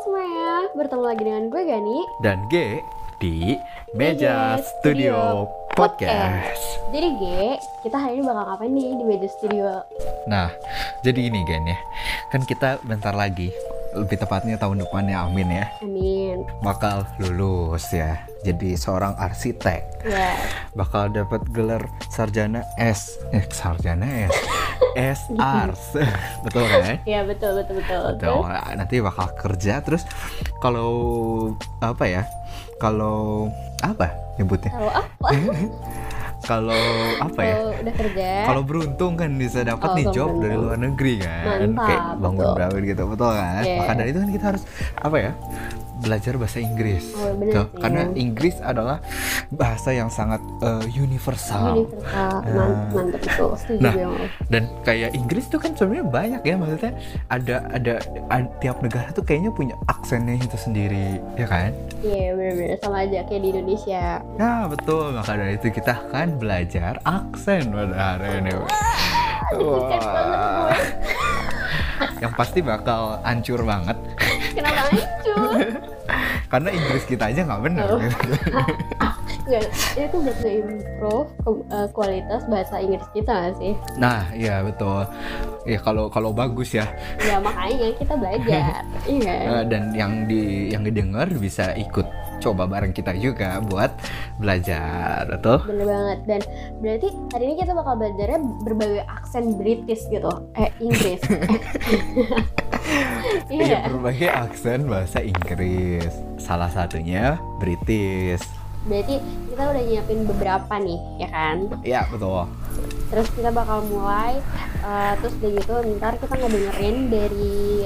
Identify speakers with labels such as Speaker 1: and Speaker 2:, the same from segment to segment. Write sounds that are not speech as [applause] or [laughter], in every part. Speaker 1: semuanya, bertemu lagi dengan gue Gani
Speaker 2: dan G di Meja
Speaker 1: Meja
Speaker 2: Iya, Studio
Speaker 1: Studio
Speaker 2: Podcast.
Speaker 1: Jadi G, kita hari ini bakal ngapain nih di meja studio?
Speaker 2: Nah, jadi ini Gen ya, kan kita bentar lagi, lebih tepatnya tahun depannya Amin ya,
Speaker 1: Amin
Speaker 2: bakal lulus ya. Jadi seorang arsitek,
Speaker 1: Ya,
Speaker 2: bakal dapat gelar sarjana S, eh sarjana S, S [laughs] Ars, betul kan?
Speaker 1: ya betul, betul, betul
Speaker 2: Betul. Nanti bakal kerja terus kalau apa ya? Kalau apa nyebutnya?
Speaker 1: Kalau apa?
Speaker 2: Kalau apa ya?
Speaker 1: Kalau udah kerja
Speaker 2: Kalau beruntung kan bisa dapat
Speaker 1: Kalau
Speaker 2: nih job
Speaker 1: beruntung.
Speaker 2: dari luar negeri kan,
Speaker 1: Mantap,
Speaker 2: kayak bangun
Speaker 1: betul.
Speaker 2: bangun gitu, betul kan?
Speaker 1: Iya.
Speaker 2: Maka dari itu kan kita harus apa ya? Belajar bahasa Inggris,
Speaker 1: Oh, bener
Speaker 2: Tuh,
Speaker 1: sih.
Speaker 2: karena Inggris adalah bahasa yang sangat eh, universal.
Speaker 1: Universal, Man- mantep itu, setuju
Speaker 2: Ah. Nah.
Speaker 1: gue sama lo.
Speaker 2: Dan kayak Inggris tuh kan sebenarnya banyak ya maksudnya ada ada ad- tiap negara tuh kayaknya punya aksennya itu sendiri, ya kan?
Speaker 1: Iya, bener-bener sama aja kayak di Indonesia
Speaker 2: Nah betul, maka dari itu kita akan belajar aksen pada hari ini.
Speaker 1: deg-degan banget gue.
Speaker 2: Yang pasti bakal hancur banget
Speaker 1: Kenapa hancur?
Speaker 2: karena Inggris kita aja nggak bener.
Speaker 1: Oh.
Speaker 2: gitu. [laughs]
Speaker 1: Nggak, itu buat nge-improve ke- eh, kualitas bahasa Inggris kita nggak sih?
Speaker 2: Nah iya betul. Ya kalau kalau bagus ya
Speaker 1: Ya makanya kita belajar, iya kan?
Speaker 2: Eh, dan yang di yang didengar bisa ikut coba bareng kita juga buat belajar betul.
Speaker 1: Bener banget dan berarti hari ini kita bakal belajarnya berbagai aksen British gitu eh
Speaker 2: [laughs]
Speaker 1: Inggris
Speaker 2: Iya
Speaker 1: iya
Speaker 2: berbagai aksen bahasa Inggris. Salah satunya British.
Speaker 1: berarti kita udah nyiapin beberapa nih ya kan
Speaker 2: Ya betul.
Speaker 1: terus kita bakal mulai eh, terus udah gitu ntar kita ngedengerin dari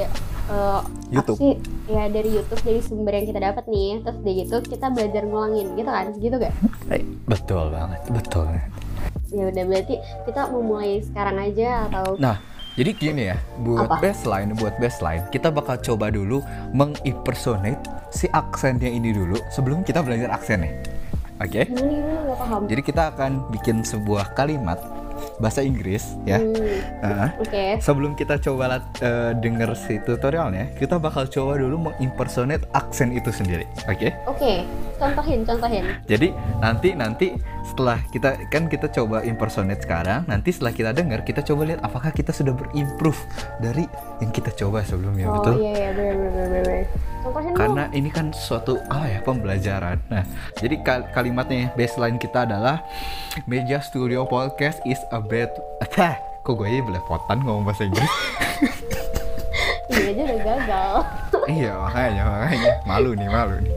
Speaker 1: eh, apa
Speaker 2: YouTube.
Speaker 1: sih? ya dari YouTube dari sumber yang kita dapat nih terus udah gitu kita belajar ngulangin gitu kan gitu gak
Speaker 2: Eh, Betul banget, betul.
Speaker 1: ya udah berarti kita memulai sekarang aja atau
Speaker 2: Nah, jadi gini ya, buat
Speaker 1: Apa?
Speaker 2: baseline, buat baseline, kita bakal coba dulu mengimpersonate si aksennya ini dulu sebelum kita belajar aksennya. Oke?
Speaker 1: gimana gimana gak paham
Speaker 2: Jadi kita akan bikin sebuah kalimat bahasa Inggris ya.
Speaker 1: Hmm,
Speaker 2: Heeh.
Speaker 1: oke
Speaker 2: Sebelum kita coba lat, eh, denger si tutorialnya, kita bakal coba dulu mengimpersonate aksen itu sendiri. Oke?
Speaker 1: Oke, contohin, contohin.
Speaker 2: Jadi nanti nanti setelah kita kan kita coba impersonate sekarang, nanti setelah kita dengar kita coba lihat apakah kita sudah berimprove dari yang kita coba sebelumnya,
Speaker 1: oh
Speaker 2: betul?
Speaker 1: iya iya benar benar benar, benar. Contohin dong.
Speaker 2: Karena ini kan suatu ah ya pembelajaran. Nah, jadi kal- kalimatnya baseline kita adalah Meja Studio Podcast is a bed. [laughs] Tah, kok gue ini belepotan ngomong bahasa Inggris? [laughs]
Speaker 1: Iya aja udah gagal.
Speaker 2: iya, makanya makanya malu nih, malu nih.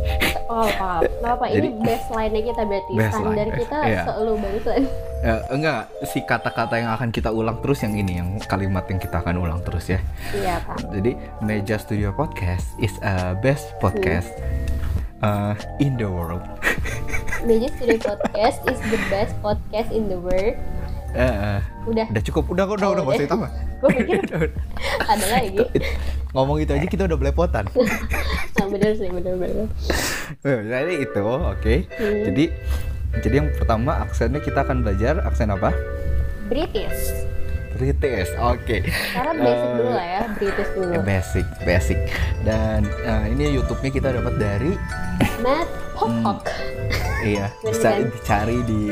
Speaker 1: Oh paham. Gak apa ini
Speaker 2: Jadi-
Speaker 1: baseline-nya kita berarti.
Speaker 2: Baseline,
Speaker 1: Standar
Speaker 2: bas-
Speaker 1: kita
Speaker 2: iya.
Speaker 1: selalu barusan.
Speaker 2: Eh, enggak, si kata-kata yang akan kita ulang terus yang ini, yang kalimat yang kita akan ulang terus ya.
Speaker 1: [laughs] Iya paham.
Speaker 2: Jadi Meja Studio Podcast is a best podcast uh, in the world. [laughs]
Speaker 1: Meja Studio Podcast is the best podcast in the world.
Speaker 2: Eh, eh,
Speaker 1: Udah,
Speaker 2: udah cukup, udah udah
Speaker 1: Oh,
Speaker 2: udah nggak usah
Speaker 1: udah.
Speaker 2: ditambah.
Speaker 1: gue pikir
Speaker 2: [laughs] Udah, udah.
Speaker 1: [laughs] ada
Speaker 2: [laughs]
Speaker 1: lagi.
Speaker 2: Ngomong itu aja kita udah belepotan.
Speaker 1: [laughs] Nah, bener sih, bener bener.
Speaker 2: Eh, Jadi itu, oke.
Speaker 1: Hmm.
Speaker 2: Jadi jadi yang pertama aksennya kita akan belajar aksen apa?
Speaker 1: British.
Speaker 2: British, oke.
Speaker 1: Karena basic
Speaker 2: Eh,
Speaker 1: dulu lah ya, British dulu.
Speaker 2: Basic, basic. Dan eh, ini YouTube-nya kita dapat dari
Speaker 1: Matt Pocock.
Speaker 2: Iya,
Speaker 1: Bener
Speaker 2: bisa
Speaker 1: kan?
Speaker 2: dicari di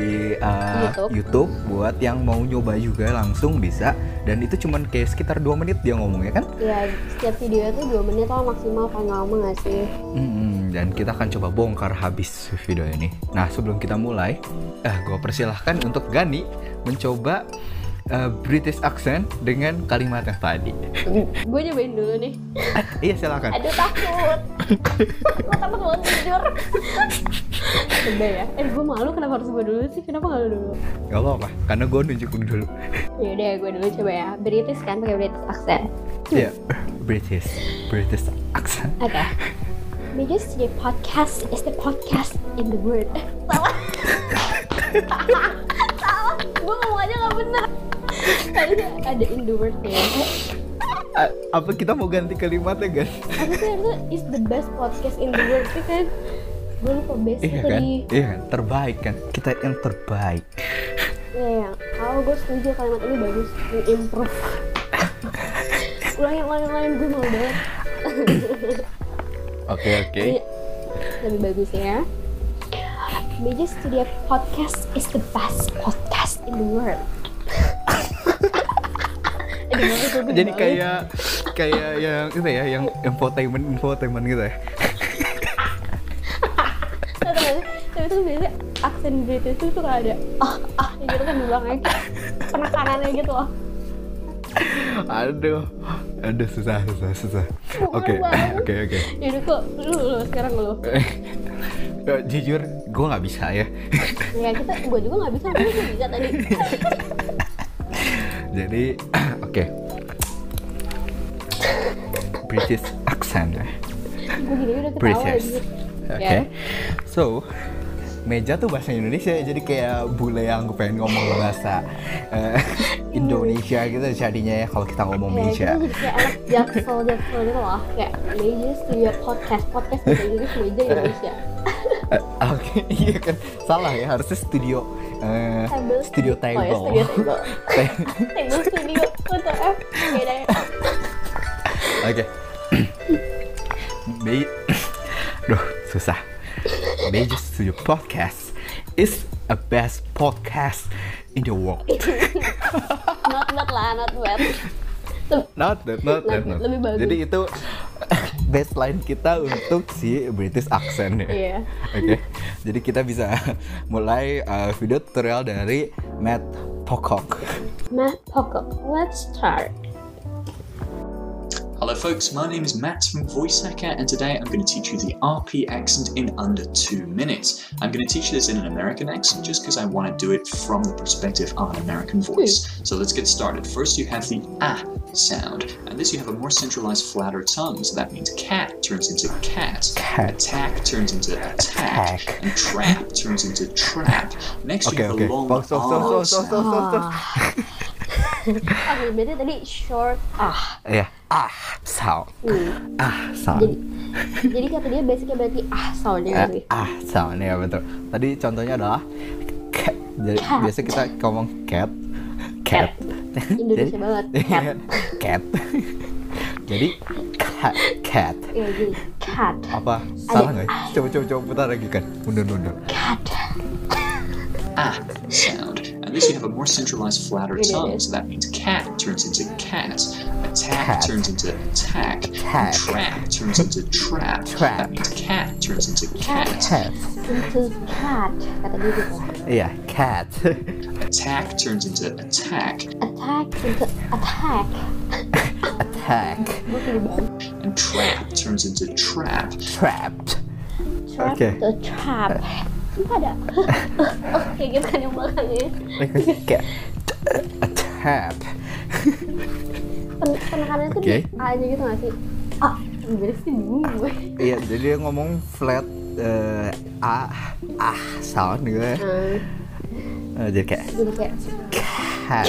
Speaker 2: uh,
Speaker 1: YouTube.
Speaker 2: YouTube. buat yang mau nyoba juga langsung bisa dan itu cuman kayak sekitar dua menit dia ngomongnya kan.
Speaker 1: Ya, setiap video tuh 2 menit lah maksimal paling lama nggak sih?
Speaker 2: Mm-mm, dan kita akan coba bongkar habis video ini. Nah, sebelum kita mulai, eh gua persilahkan untuk Gani mencoba uh, British accent dengan kalimat yang tadi. [laughs]
Speaker 1: gue nyobain dulu nih.
Speaker 2: iya, silakan.
Speaker 1: Aduh takut. gue takut banget jujur. Udah ya. Eh gue malu kenapa harus gue dulu sih? Kenapa gak lu dulu?
Speaker 2: Gak apa-apa, karena gua nunjuk dulu. [laughs]
Speaker 1: Ya udah gue dulu coba ya. British kan pakai British accent.
Speaker 2: Iya, British, British accent.
Speaker 1: Oke. Because the podcast is the podcast in the world. Eh, Salah. Salah. Gue ngomong aja gak bener. Tadinya ada in the world ya. Eh,
Speaker 2: A- apa kita mau ganti kalimatnya, Gan?
Speaker 1: Apa sih itu is the best podcast in the world sih kan? Gue lupa best
Speaker 2: Iya kan?
Speaker 1: tadi.
Speaker 2: Iya kan? Terbaik kan? Kita yang terbaik.
Speaker 1: Iya, kalau gue setuju kalimat ini bagus, ini improve.
Speaker 2: [laughs]
Speaker 1: ulangin, ulangin, ulangin, gue mau banget.
Speaker 2: Oke oke.
Speaker 1: Ini lebih bagus ya. Meja Studio Podcast is the best podcast in the
Speaker 2: [laughs]
Speaker 1: world. Aduh, maaf, gue
Speaker 2: Jadi
Speaker 1: bingung.
Speaker 2: kayak kayak yang itu ya, yang infotainment infotainment gitu ya.
Speaker 1: Tau gak sih? Tapi itu biasanya aksen British itu suka ada ah ah gitu kan di belakangnya penekanannya gitu loh.
Speaker 2: Aduh, aduh susah susah susah. Oke
Speaker 1: banget.
Speaker 2: [laughs] oke oke.
Speaker 1: Yaudah Ya kok lu lu sekarang lu.
Speaker 2: Eh, Jujur, gue nggak bisa ya. [laughs]
Speaker 1: Ya kita gua juga nggak bisa, gua juga bisa tadi.
Speaker 2: Jadi [clears throat] oke. British accent. ya.
Speaker 1: Gua gini udah ketawa
Speaker 2: British.
Speaker 1: gitu.
Speaker 2: Oke.
Speaker 1: Ya.
Speaker 2: So, meja tuh bahasa Indonesia jadi kayak bule yang pengen ngomong bahasa
Speaker 1: [laughs]
Speaker 2: eh, Indonesia gitu jadinya ya kalau kita ngomong
Speaker 1: Ya,
Speaker 2: meja.
Speaker 1: kita jadi kayak anak jaksel jaksel gitu loh kayak meja studio podcast podcast gitu jadi meja Indonesia
Speaker 2: Eh, Oke, [laughs] iya kan salah ya harusnya studio eh,
Speaker 1: Table.
Speaker 2: studio
Speaker 1: Oh ya,
Speaker 2: table.
Speaker 1: studio table.
Speaker 2: Te-
Speaker 1: table studio foto F bedanya
Speaker 2: [laughs] Oke. Me- [coughs] Duh, susah. Meja Studio Podcast is a best podcast in the world.
Speaker 1: [laughs] not bad lah not bad Tuh,
Speaker 2: Not that, not that, not.
Speaker 1: Lebih bagus.
Speaker 2: Jadi itu [coughs] baseline kita untuk si British accent ya.
Speaker 1: Iya.
Speaker 2: Oke. Jadi kita bisa [laughs] mulai uh, video tutorial dari Matt Pocock.
Speaker 1: Matt Pocock oh, let's start
Speaker 3: Hello, folks. My name is Matt from VoiceHacker, and today I'm going to teach you the RP accent in under two minutes. I'm going to teach you this in an American accent just because I want to do it from the perspective of an American voice. So let's get started. First, you have the ah sound, and this you have a more centralized, flatter tongue. So that means cat turns into cat,
Speaker 2: Cat.
Speaker 3: attack turns into attack,
Speaker 2: Attack.
Speaker 3: and trap turns into trap. Next,
Speaker 2: Oke
Speaker 3: you have
Speaker 2: oke.
Speaker 3: the long
Speaker 2: Stop stop stop
Speaker 3: ah
Speaker 2: stop stop stop, stop, stop.
Speaker 1: ah bedanya tadi short ah
Speaker 2: Iya. Ah sound.
Speaker 1: Hmm.
Speaker 2: Ah
Speaker 1: jadi
Speaker 2: sound.
Speaker 1: jadi kata dia basicnya berarti ah soundnya
Speaker 2: Eh,
Speaker 1: gitu
Speaker 2: ah sound ya betul. Tadi contohnya adalah cat. Jadi
Speaker 1: Cat.
Speaker 2: biasa kita ngomong cat.
Speaker 1: Cat.
Speaker 2: Cat.
Speaker 1: Indonesia
Speaker 2: Jadi-
Speaker 1: banget,
Speaker 2: Iya,
Speaker 1: cat.
Speaker 2: cat. [laughs] Jadi cat cat.
Speaker 1: ya jadi cat
Speaker 2: apa salah nggak? Coba coba coba putar lagi kan, mundur mundur.
Speaker 1: cat
Speaker 3: ah sound. And this you have a more centralized, flatter
Speaker 1: It
Speaker 3: tongue,
Speaker 1: is.
Speaker 3: so that means cat turns into cat,
Speaker 2: Cat.
Speaker 3: attack turns into attack,
Speaker 2: Cat.
Speaker 3: trap turns into trap.
Speaker 2: Trap.
Speaker 3: That means cat turns into cat,
Speaker 2: Cat,
Speaker 1: into cat kata dia gitu
Speaker 2: iya cat. [laughs]
Speaker 3: attack turns into attack,
Speaker 1: attack into attack
Speaker 2: Attack,
Speaker 1: gue pilih banget
Speaker 3: and trap turns into trap.
Speaker 2: trapped. [laughs]
Speaker 1: trap
Speaker 2: Oke.
Speaker 1: to trap Itu [laughs] ada oke gitu kan yang belakangnya
Speaker 2: Cat, a trap.
Speaker 1: Pen- penekanannya tuh
Speaker 2: Oke.
Speaker 1: di A aja gitu gak sih ah jadi sih bingung gue
Speaker 2: Iya, jadi dia ngomong flat eh, a ah sound gitu ya.
Speaker 1: Hmm,
Speaker 2: Eh, jadi kayak
Speaker 1: jadi kayak
Speaker 2: cat.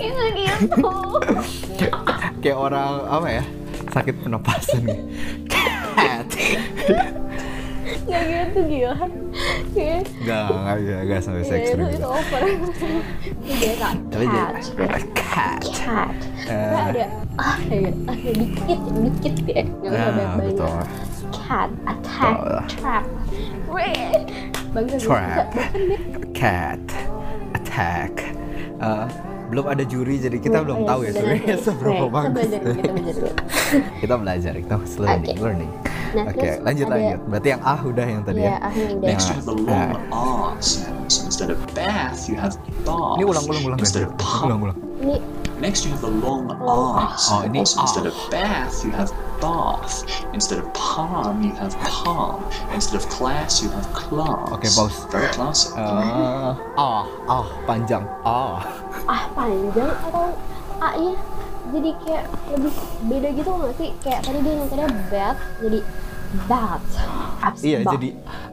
Speaker 1: itu gitu
Speaker 2: kayak orang apa ya? Sakit penapasan. cat.
Speaker 1: nggak gitu gila kayak
Speaker 2: Gak, gak, gak, gak
Speaker 1: ya,
Speaker 2: sampai
Speaker 1: itu
Speaker 2: ekstrim
Speaker 1: itu
Speaker 2: gitu.
Speaker 1: over itu biasa
Speaker 2: Tapi jadi
Speaker 1: cat
Speaker 2: cat.
Speaker 1: cat
Speaker 2: Eh.
Speaker 1: Nggak ada ah kayak ada dikit dikit ya nggak usah
Speaker 2: Nah,
Speaker 1: banyak banyak
Speaker 2: betul.
Speaker 1: cat attack
Speaker 2: Betul.
Speaker 1: trap Weh. bangga gue
Speaker 2: Trap.
Speaker 1: bisa bahkan dia
Speaker 2: cat attack Eh, belum ada juri jadi
Speaker 1: Iya,
Speaker 2: kita belum tahu ya sebenarnya seberapa bagus ya.
Speaker 1: Kita belajar, kita belajar dulu.
Speaker 2: kita belajar kita masih learning
Speaker 1: Oke.
Speaker 2: learning
Speaker 1: Nah,
Speaker 2: oke
Speaker 1: terus
Speaker 2: lanjut
Speaker 1: ada-
Speaker 2: lanjut berarti yang ah udah yang tadi
Speaker 1: Iya,
Speaker 2: ya
Speaker 1: ah yang udah.
Speaker 3: Next, you have the long
Speaker 2: Ah.
Speaker 3: ah sound. So instead of bath, you have bath.
Speaker 2: ini ulang ulang ulang guys
Speaker 3: Instead of pop,
Speaker 2: ulang ulang
Speaker 1: Ini
Speaker 3: Next, you have the long
Speaker 1: ah.
Speaker 3: R
Speaker 2: Oh, it
Speaker 3: sound.
Speaker 2: is
Speaker 3: So instead
Speaker 2: ah.
Speaker 3: of bath, you have bath. Instead of palm, you have palm. Instead of class, you have class.
Speaker 2: Okay, pause.
Speaker 3: Very classic.
Speaker 2: Eh, ah ah panjang ah
Speaker 1: ah panjang atau A-nya jadi kayak lebih beda gitu nggak sih? Kayak tadi dia nontonnya bat, jadi bat. Abs-
Speaker 2: iya
Speaker 1: bat.
Speaker 2: jadi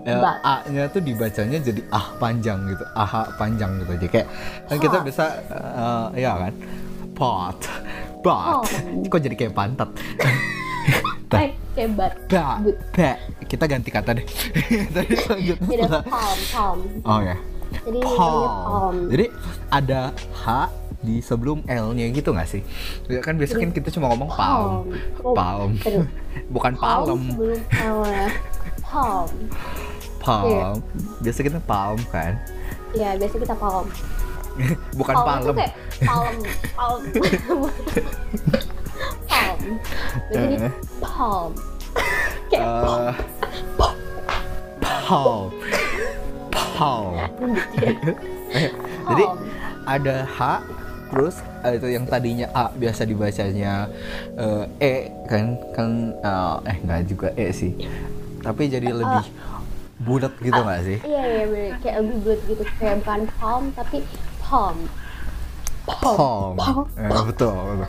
Speaker 2: eh,
Speaker 1: Ba.
Speaker 2: a-nya tuh dibacanya jadi ah panjang gitu ah panjang gitu jadi kayak kan kita
Speaker 1: Pot.
Speaker 2: bisa eh, ya kan pot
Speaker 1: Oh.
Speaker 2: pot kok jadi kayak pantat
Speaker 1: Eh, kayak bat.
Speaker 2: ba
Speaker 1: But.
Speaker 2: ba kita ganti kata deh [laughs]
Speaker 1: Jadi
Speaker 2: tadi selanjutnya
Speaker 1: palm, palm.
Speaker 2: oh ya
Speaker 1: Jadi namanya
Speaker 2: palm
Speaker 1: palm.
Speaker 2: jadi ada h b di sebelum L-nya gitu nggak sih? Ya Kan biasanya kan kita cuma ngomong palm,
Speaker 1: Palm.
Speaker 2: palm,
Speaker 1: Aduh.
Speaker 2: bukan palem,
Speaker 1: sebelum L ya. Palm.
Speaker 2: palm. Biasa kita palm kan,
Speaker 1: Ya, biasa kita palm.
Speaker 2: bukan
Speaker 1: tuh
Speaker 2: palem.
Speaker 1: kayak palm,
Speaker 2: [laughs]
Speaker 1: palm. palm. Jadi
Speaker 2: Eh.
Speaker 1: palm. kayak palm.
Speaker 2: Eh, palm, palm. Jadi
Speaker 1: Palm.
Speaker 2: ada H, terus eh, itu yang tadinya A biasa dibacanya eh, E kan kan eh, eh nggak juga E sih, tapi jadi lebih budak gitu nggak sih?
Speaker 1: Iya, iya, bener. Kayak lebih bulat gitu. Kayak bukan palm, tapi palm.
Speaker 2: Palm, Eh, betul. betul.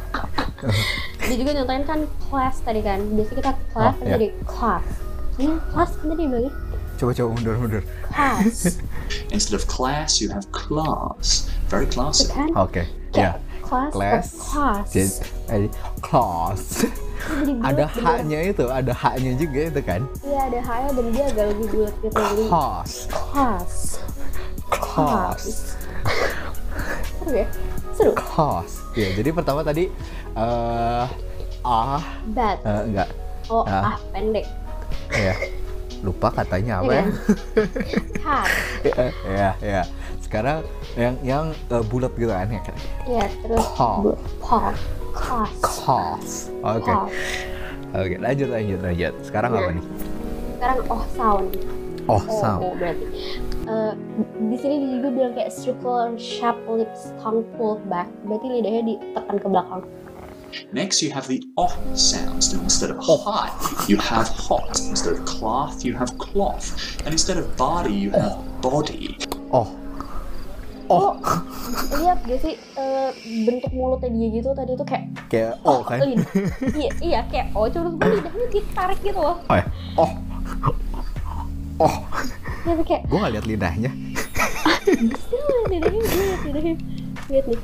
Speaker 1: Dia juga nyontohin kan class tadi kan. Biasa kita class,
Speaker 2: Oh,
Speaker 1: tapi
Speaker 2: iya.
Speaker 1: jadi class. Ini class kan tadi bilangnya
Speaker 2: Coba coba mundur mundur. [laughs]
Speaker 1: class.
Speaker 3: Instead of class, you have class. Very classy.
Speaker 1: kan?
Speaker 2: Oke,
Speaker 1: Kayak
Speaker 2: ya.
Speaker 1: class,
Speaker 2: Class.
Speaker 1: or class.
Speaker 2: Jadi, eh, class.
Speaker 1: Jadi bulat,
Speaker 2: ada
Speaker 1: bener.
Speaker 2: H-nya itu, ada H-nya juga itu kan.
Speaker 1: Iya, ada hanya dan dia agak lebih bulat gitu. Jadi
Speaker 2: Class,
Speaker 1: class.
Speaker 2: class.
Speaker 1: Seru ya? Seru.
Speaker 2: Cost. Ya, jadi pertama tadi eh ah
Speaker 1: Bad.
Speaker 2: eh, enggak
Speaker 1: Oh,
Speaker 2: ah.
Speaker 1: ah, pendek.
Speaker 2: ya. Lupa katanya apa
Speaker 1: Iya
Speaker 2: ya?
Speaker 1: kan? Cat. Iya.
Speaker 2: [laughs] ya, ya. Sekarang yang yang eh, bulat gitu kan ya.
Speaker 1: Iya, terus
Speaker 2: Palm.
Speaker 1: bu- palm. Class.
Speaker 2: Cost. Oke.
Speaker 1: Palm.
Speaker 2: Oke, lanjut lanjut lanjut. Sekarang
Speaker 1: Iya.
Speaker 2: apa nih?
Speaker 1: Sekarang oh sound.
Speaker 2: Oh,
Speaker 1: Oh,
Speaker 2: sound.
Speaker 1: oh, berarti. Eh, di sini dia juga bilang kayak circular sharp lips tongue pulled back. Berarti lidahnya ditekan ke belakang.
Speaker 3: Next, you have the oh sound. So instead of
Speaker 2: Oh.
Speaker 3: hot, you have hot. Instead of cloth, you have cloth. And instead of body, you have body.
Speaker 2: Oh. Oh,
Speaker 1: Lihat gak sih eh, bentuk mulutnya dia gitu tadi itu kayak
Speaker 2: kayak oh kan.
Speaker 1: lidah. iya, iya kayak oh cuma lidahnya ditarik gitu loh.
Speaker 2: Oh. Ya. Oh. Oh,
Speaker 1: Jadi kayak
Speaker 2: gue gak lihat lidahnya.
Speaker 1: "Ah, lidahnya gue lihat lidahnya. Lihat nih.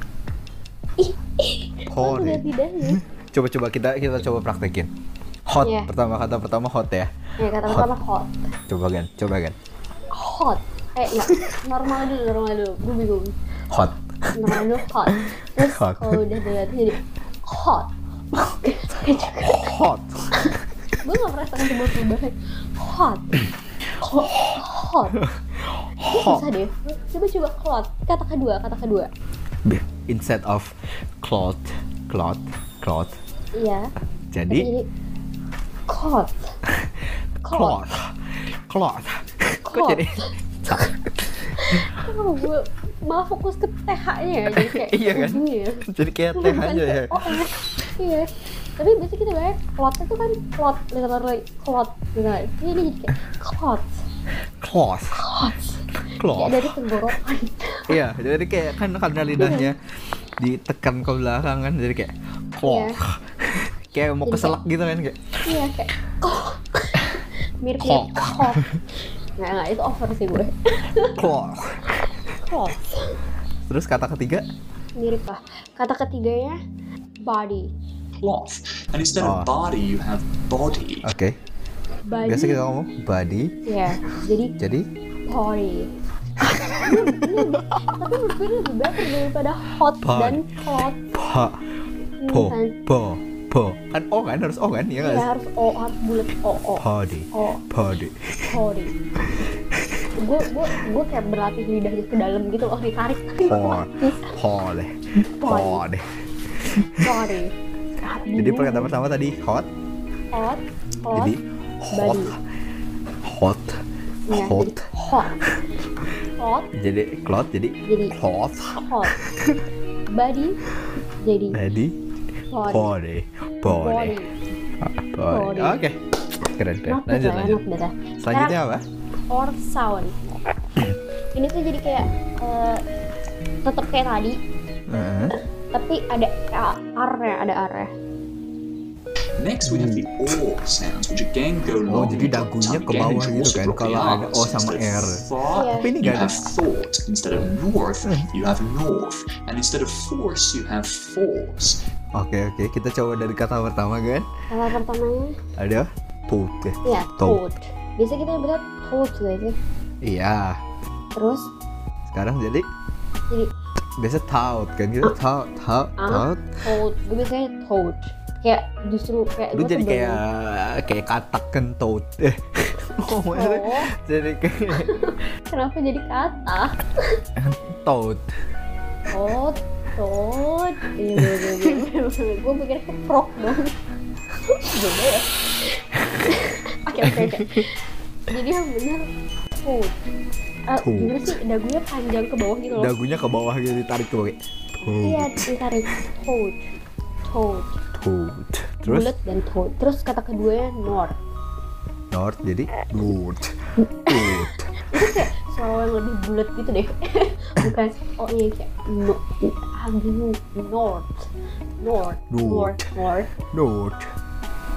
Speaker 1: Ih, ih,
Speaker 2: Oh,
Speaker 1: aku lihat
Speaker 2: nih.
Speaker 1: lidahnya.
Speaker 2: Coba-coba kita kita coba praktekin. Hot
Speaker 1: Iya.
Speaker 2: pertama kata pertama hot ya.
Speaker 1: Ya kata pertama hot.
Speaker 2: Coba gan, coba gan.
Speaker 1: Hot. Eh, enggak. Normal dulu, normal dulu. Gue bingung.
Speaker 2: Hot.
Speaker 1: Normal dulu hot. Terus
Speaker 2: [laughs] Hot.
Speaker 1: kalau udah dilihat jadi hot.
Speaker 2: Hot.
Speaker 1: gue gak merasakan sebuah perubahan. Hot. Hot. Hot. Ini
Speaker 2: Hot.
Speaker 1: susah deh. Coba coba hot. Kata kedua, kata kedua.
Speaker 2: B- instead of cloth cloth cloth
Speaker 1: Iya. Tapi
Speaker 2: jadi
Speaker 1: jadi hot.
Speaker 2: cloth cloth [laughs] kok
Speaker 1: Cloth.
Speaker 2: jadi [laughs]
Speaker 1: Kenapa gue malah fokus ke TH-nya ya? Jadi kayak
Speaker 2: [laughs] Iya kan?
Speaker 1: ujungnya ya.
Speaker 2: jadi kayak
Speaker 1: Bukan
Speaker 2: teh aja
Speaker 1: ke
Speaker 2: ya
Speaker 1: OS. Iya. Tapi biasanya gitu, kita banyak clot itu kan clot, literally clot gitu kan. Iya, ini jadi kayak clot, clot.
Speaker 2: cloth
Speaker 1: Kayak
Speaker 2: cloth
Speaker 1: dari tenggorokan.
Speaker 2: iya jadi kayak kan karena lidahnya ditekan ke belakang kan jadi kayak
Speaker 1: Iya.
Speaker 2: cloth [laughs] kayak mau
Speaker 1: Jadi
Speaker 2: keselak gitu kan kayak
Speaker 1: Iya, kayak clot.
Speaker 2: Clot.
Speaker 1: Mirip-mirip clot. Nggak, nggak, itu over sih gue.
Speaker 2: cloth
Speaker 1: Clot.
Speaker 2: terus kata ketiga
Speaker 1: Mirip lah. Kata ketiganya, body.
Speaker 3: Cloth. And instead
Speaker 2: Oh.
Speaker 3: of body, you have body.
Speaker 2: oke
Speaker 1: Body.
Speaker 2: biasa gitu. kita ngomong body
Speaker 1: Iya, jadi
Speaker 2: jadi
Speaker 1: Pori. Tapi menurut gue ini lebih better daripada hot
Speaker 2: Pori.
Speaker 1: dan hot.
Speaker 2: po
Speaker 1: Hmm,
Speaker 2: po
Speaker 1: kan?
Speaker 2: po po kan o kan harus o kan ya
Speaker 1: Iya
Speaker 2: kan
Speaker 1: harus o harus bulat o o
Speaker 2: body
Speaker 1: o
Speaker 2: body
Speaker 1: Pori. Gue gue gue kayak berlatih lidahnya ke dalam gitu loh ditarik.
Speaker 2: Por, pole, pole.
Speaker 1: Pori.
Speaker 2: Jadi perkataan pertama tadi hot,
Speaker 1: hot Hmm. hot
Speaker 2: jadi hot,
Speaker 1: Body.
Speaker 2: hot,
Speaker 1: Iya,
Speaker 2: hot.
Speaker 1: jadi hot hot
Speaker 2: Jadi cloth, jadi
Speaker 1: Jadi-
Speaker 2: cloth,
Speaker 1: hot body jadi
Speaker 2: jadi
Speaker 1: body
Speaker 2: body,
Speaker 1: body
Speaker 2: body, body.
Speaker 1: Body.
Speaker 2: Oke, keren keren.
Speaker 1: Enak gitu
Speaker 2: Lanjut
Speaker 1: ya,
Speaker 2: lanjut.
Speaker 1: enak gitu ya.
Speaker 2: Selanjutnya apa?
Speaker 1: or sound. Ini tuh jadi kayak eh, tetap kayak tadi,
Speaker 2: Heeh.
Speaker 1: tapi ada R-nya, ada ya. R-nya.
Speaker 3: Next, we have the oh sounds, which again go long.
Speaker 2: jadi
Speaker 3: and
Speaker 2: Oh,
Speaker 3: drop
Speaker 2: dagunya
Speaker 3: tongue
Speaker 2: ke
Speaker 3: again, and
Speaker 2: bawah
Speaker 3: you
Speaker 2: gitu
Speaker 3: also
Speaker 2: kan,
Speaker 3: drop the
Speaker 2: kalau ada
Speaker 3: Rs.
Speaker 2: O sama
Speaker 3: Instead of
Speaker 2: R.
Speaker 3: thought,
Speaker 1: Iya.
Speaker 2: Tapi ini Hmm.
Speaker 3: You
Speaker 2: gak ada.
Speaker 3: have thought instead of north, you have north. And instead of force, you have force.
Speaker 2: Oke oke, kita coba dari kata pertama kan.
Speaker 1: Kata pertamanya,
Speaker 2: Ada putih.
Speaker 1: ya,
Speaker 2: Toad.
Speaker 1: toad. Biasanya kita bilang toad gitu ya sih.
Speaker 2: Iya.
Speaker 1: Terus
Speaker 2: Sekarang jadi
Speaker 1: jadi
Speaker 2: biasa taut kan kita taut taut
Speaker 1: Ah.
Speaker 2: taut
Speaker 1: toad gue biasanya toad kayak justru kayak
Speaker 2: lu
Speaker 1: gua
Speaker 2: jadi
Speaker 1: tuh
Speaker 2: kayak kayak katak kentut eh [laughs] oh,
Speaker 1: bingung.
Speaker 2: maksudnya
Speaker 1: Oh,
Speaker 2: jadi kayak
Speaker 1: kenapa jadi kata
Speaker 2: taut
Speaker 1: toad toad iya gue pikir keprok dong gimana ya oke oke oke jadi yang benar toad Eh,
Speaker 2: Toad.
Speaker 1: gimana sih dagunya panjang ke bawah gitu loh
Speaker 2: dagunya ke bawah gitu ditarik ke bawah kayak
Speaker 1: iya
Speaker 2: taut
Speaker 1: ditarik toad toad
Speaker 2: taut terus
Speaker 1: bulat dan toad terus kata keduanya north
Speaker 2: north
Speaker 1: Eh.
Speaker 2: jadi good good
Speaker 1: soal yang lebih bulat gitu deh [laughs] bukan oh iya kayak no ah, bingung. north north north
Speaker 2: North.
Speaker 1: north
Speaker 2: north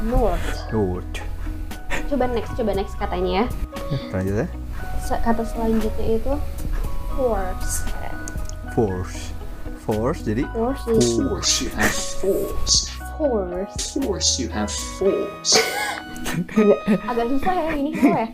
Speaker 1: north
Speaker 2: north
Speaker 1: coba next coba next katanya ya
Speaker 2: lanjut ya
Speaker 1: Se- kata selanjutnya itu horse
Speaker 2: force force jadi
Speaker 1: horse is horse
Speaker 3: Force, you have
Speaker 1: horse
Speaker 3: force. Force, you have force.
Speaker 1: agak, agak susah ya ini apa ya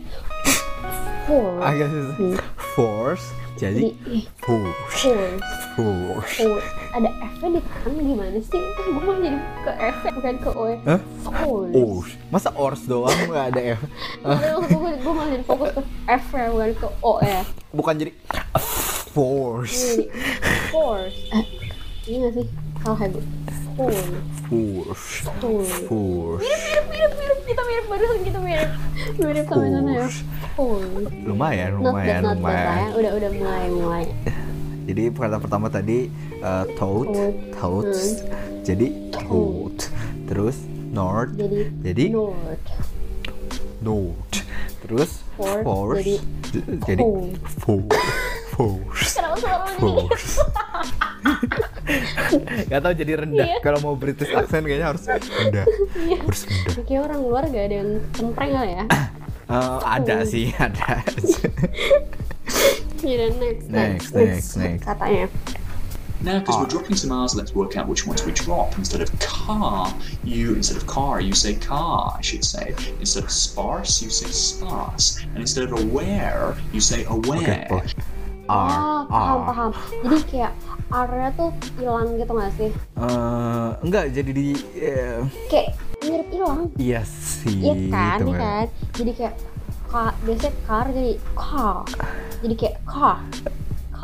Speaker 1: horse
Speaker 2: agak susah
Speaker 1: Hmm.
Speaker 2: force
Speaker 1: jadi
Speaker 2: jadi
Speaker 1: eh,
Speaker 2: force
Speaker 1: horse
Speaker 2: force
Speaker 1: horse ada F nya di tangan gimana sih gue mau jadi ke F bukan ke O ya?
Speaker 2: Hah?
Speaker 1: horse
Speaker 2: Ors. Masa ors doang nggak ada ya? F?
Speaker 1: gue gue malah jadi fokus ke F ya bukan ke O ya
Speaker 2: Bukan jadi force.
Speaker 1: Ini force Eh, ini nggak sih salah ya bu force
Speaker 2: Force.
Speaker 1: force
Speaker 2: Force.
Speaker 1: mirip mirip mirip kita mirip barusan kita mirip mirip sama sana ya
Speaker 2: Force.
Speaker 1: force
Speaker 2: Lumayan,
Speaker 1: not bad
Speaker 2: lumayan,
Speaker 1: not bad lah ya
Speaker 2: lumayan.
Speaker 1: udah udah mulai mulai
Speaker 2: Jadi kata pertama tadi eh,
Speaker 1: Toad.
Speaker 2: toad,
Speaker 1: Hmm.
Speaker 2: toads. Jadi toad. Terus north.
Speaker 1: jadi
Speaker 2: Jadi
Speaker 1: north
Speaker 2: note. Terus
Speaker 1: Force,
Speaker 2: force.
Speaker 1: jadi
Speaker 2: Jadi
Speaker 1: hole.
Speaker 2: force. Force.
Speaker 1: kenapa suara lu jadi
Speaker 2: Force. Gak tau jadi rendah.
Speaker 1: Iya.
Speaker 2: Kalau mau British accent kayaknya harus rendah. Harus rendah.
Speaker 1: kayak orang luar gak ada yang cempreng kali
Speaker 2: [laughs]
Speaker 1: ya
Speaker 2: Eh, ada sih, ada.
Speaker 1: Yaudah, Iya, next
Speaker 2: Next, next, next.
Speaker 1: katanya
Speaker 3: Now, because we're
Speaker 2: Car.
Speaker 3: dropping to Mars, let's work out which ones we drop. Instead of car, you instead of car, you say car, I should say. Instead of sparse, you say sparse. And instead of aware, you say aware.
Speaker 2: oh. R,
Speaker 1: ah paham
Speaker 2: R.
Speaker 1: paham jadi kayak R-nya tuh hilang gitu gak sih
Speaker 2: Eh, enggak, jadi di eh,
Speaker 1: kayak mirip hilang
Speaker 2: iya sih.
Speaker 1: Iya kan,
Speaker 2: gitu
Speaker 1: iya
Speaker 2: kan.
Speaker 1: kan. Jadi kayak car, biasanya car jadi car. Jadi kayak car.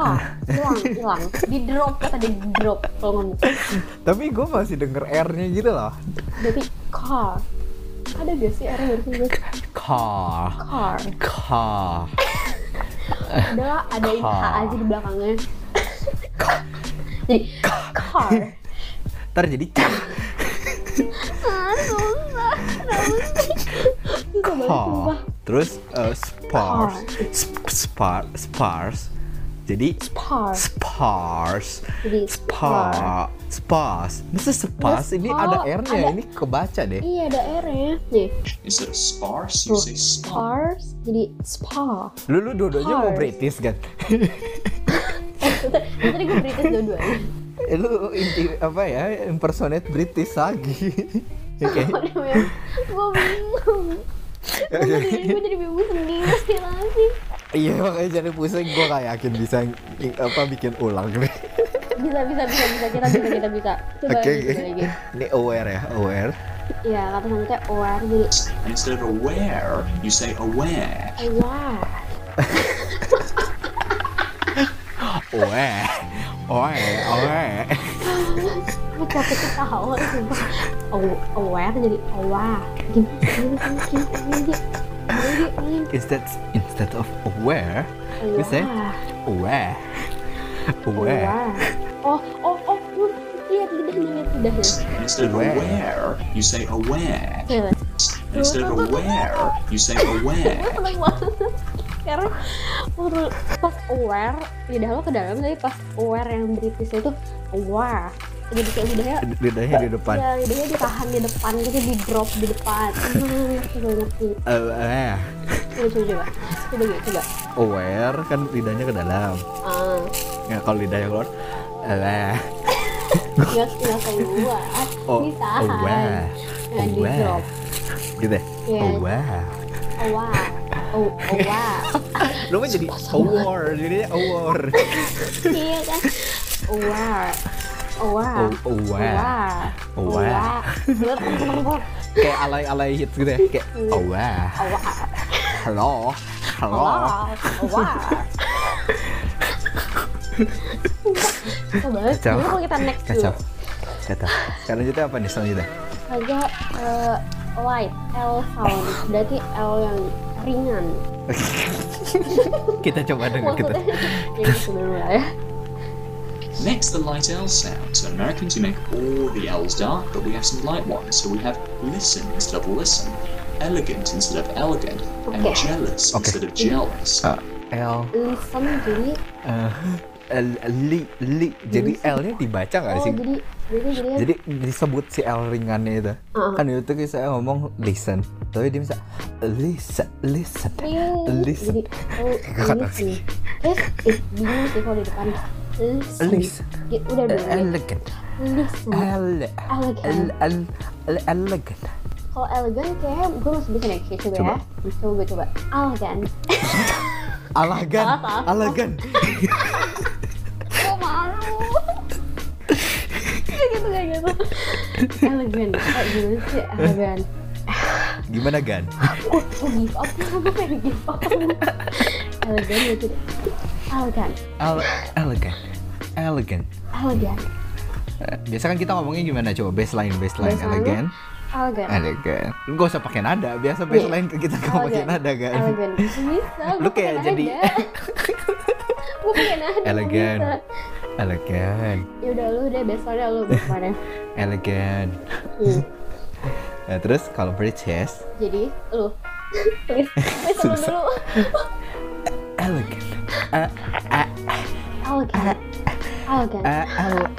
Speaker 1: Car, hilang, [laughs] hilang. Di drop kata di drop kalau ngomong.
Speaker 2: Tapi gue masih denger R-nya gitu loh.
Speaker 1: Jadi car. Ada gak sih R barusan gue
Speaker 2: Car,
Speaker 1: car?
Speaker 2: car,
Speaker 1: Udah ada H
Speaker 2: Car.
Speaker 1: aja di [laughs] belakangnya. jadi car.
Speaker 2: ntar jadi car.
Speaker 1: Ah, susah. Kenapa sih? Susah banget sumpah.
Speaker 2: Terus eh, sparse, sp- spar, sparse. Jadi
Speaker 1: Par.
Speaker 2: sparse,
Speaker 1: Jadi par.
Speaker 2: spa, sparse. Masa sparse ini
Speaker 1: Spa-
Speaker 2: ada R-nya? ya?
Speaker 1: ada-
Speaker 2: Ini kebaca deh.
Speaker 1: Iya ada R-nya. Nih,
Speaker 3: Instead of sparse,
Speaker 1: Oh,
Speaker 3: you say sparse.
Speaker 1: cars jadi spa.
Speaker 2: Lu lu dua-duanya mau
Speaker 1: Cars.
Speaker 2: British kan? [laughs]
Speaker 1: Tadi tadi gue British dua-duanya.
Speaker 2: Eh, lu inti apa ya impersonate British lagi [laughs] oke
Speaker 1: gue bingung.
Speaker 2: [laughs]
Speaker 1: Gue jadi bingung sendiri sekarang sih.
Speaker 2: iya makanya jadi pusing gue gak yakin bisa i- apa bikin ulang nih
Speaker 1: Bisa bisa bisa bisa kita bisa kita bisa. Coba
Speaker 2: Oke,
Speaker 1: lagi
Speaker 2: oke.
Speaker 1: coba lagi.
Speaker 2: ini aware ya aware
Speaker 1: Iya kata selanjutnya aware jadi
Speaker 3: And instead of aware, you say aware.
Speaker 1: aware.
Speaker 2: aware aware aware
Speaker 1: Gue capek ketawa sumpah. Aw- Aware jadi aware. Gini gini gini gini gini gini. Gini, gini.
Speaker 2: instead instead of aware we say
Speaker 1: Aware.
Speaker 2: aware ya? aware
Speaker 1: Aware. Oh oh oh. iya, lu Lihat lidahnya lihat lidahnya.
Speaker 3: And instead of
Speaker 2: Aware.
Speaker 3: aware, you say aware.
Speaker 1: Oke, let's
Speaker 3: And instead of aware, you say
Speaker 1: gue [laughs]
Speaker 3: aware.
Speaker 1: seneng banget karena waktu pas aware lidah lo ke dalam tapi pas aware yang British itu aware jadi kayak lidahnya
Speaker 2: lidahnya di depan
Speaker 1: ya lidahnya ditahan di depan gitu di drop di depan Hmm, gue ngerti
Speaker 2: aware
Speaker 1: coba coba coba coba gitu coba
Speaker 2: aware kan lidahnya ke dalam
Speaker 1: ah
Speaker 2: ya kalau lidahnya keluar aware
Speaker 1: nggak nggak keluar
Speaker 2: eh, Oh,
Speaker 1: ditahan
Speaker 2: aware.
Speaker 1: nah, di
Speaker 2: Aware.
Speaker 1: drop
Speaker 2: gitu ya
Speaker 1: Iya.
Speaker 2: aware
Speaker 1: aware oh aware
Speaker 2: Lu mah jadi award, jadi award.
Speaker 1: iya kan aware aware
Speaker 2: Oh, aware. Aware.
Speaker 1: aware aware
Speaker 2: Kayak alay-alay hits gitu ya. Kayak
Speaker 1: Iya.
Speaker 2: oh wah.
Speaker 1: aware
Speaker 2: Halo. Halo.
Speaker 1: Wah,
Speaker 2: [laughs]
Speaker 1: wah. Kacau banget.
Speaker 2: Kacau.
Speaker 1: Gimana kalau kita next
Speaker 2: Kacau.
Speaker 1: dulu?
Speaker 2: Kacau. Selanjutnya apa nih selanjutnya? [laughs]
Speaker 1: Ada eh, light, L sound. Berarti L yang ringan.
Speaker 2: kita coba dengar Nah, kita.
Speaker 1: Maksudnya, [laughs]
Speaker 2: [laughs]
Speaker 1: jadi gitu dulu lah ya.
Speaker 3: Next, the light L sound. So Americans, we make all the L's dark, but we have some light ones. So we have listen instead of listen, elegant instead of elegant,
Speaker 1: Okay.
Speaker 3: and jealous
Speaker 2: Okay.
Speaker 3: instead of jealous.
Speaker 2: Uh, L
Speaker 1: Listen jadi,
Speaker 2: eh, L li li jadi L-nya dibaca nggak
Speaker 1: oh
Speaker 2: sih?
Speaker 1: jadi, jadi jadi
Speaker 2: Jadi disebut si L ringannya itu.
Speaker 1: Uh-uh.
Speaker 2: Kan itu kayak saya ngomong listen, tapi dia bisa listen, listen, listen,
Speaker 1: Jadi,
Speaker 2: [laughs]
Speaker 1: oh,
Speaker 2: Gak tau
Speaker 1: listen.
Speaker 2: sih.
Speaker 1: Terus, ih, bingung sih kalau di depan. Listen.
Speaker 2: Listen.
Speaker 1: Ya, udah dulu.
Speaker 2: elegant,
Speaker 1: Listen.
Speaker 2: L
Speaker 1: Elegant.
Speaker 2: L L L- elegant.
Speaker 1: Kalau elegan kayaknya gue masih bisa deh, kayak coba,
Speaker 2: Coba.
Speaker 1: ya. Coba gue coba. Elegan.
Speaker 2: Alagan,
Speaker 1: Salah, salah.
Speaker 2: alagan.
Speaker 1: Oh malu. Kayak gitu kayak gitu. Elegan. Kayak gimana sih elegan?
Speaker 2: [laughs] Gimana gan?
Speaker 1: Gue give up. Gue pengen give up. Elegan gitu. deh. Elegan.
Speaker 2: Ele- elegan, elegan.
Speaker 1: Elegan.
Speaker 2: Eh, Biasa kan kita ngomongnya gimana coba baseline baseline
Speaker 1: Biasanya,
Speaker 2: elegan
Speaker 1: Elegan.
Speaker 2: elegan. Lu gak usah pakai nada, biasa baseline ke kita gak pakai
Speaker 1: Iya. Elegan.
Speaker 2: nada kan.
Speaker 1: Elegan. Bisa.
Speaker 2: Lu kayak jadi
Speaker 1: Gue pengen ada.
Speaker 2: elegan, [laughs] elegan,
Speaker 1: Ya udah lu deh besoknya lu besoknya.
Speaker 2: elegan.
Speaker 1: Hmm.
Speaker 2: Nah, terus kalau British
Speaker 1: Jadi lu. Please, please lu
Speaker 2: Susah.
Speaker 1: dulu.
Speaker 2: elegan, Eh, eh, Ah.
Speaker 1: Elegan. Elegan.
Speaker 2: eh, [laughs] el-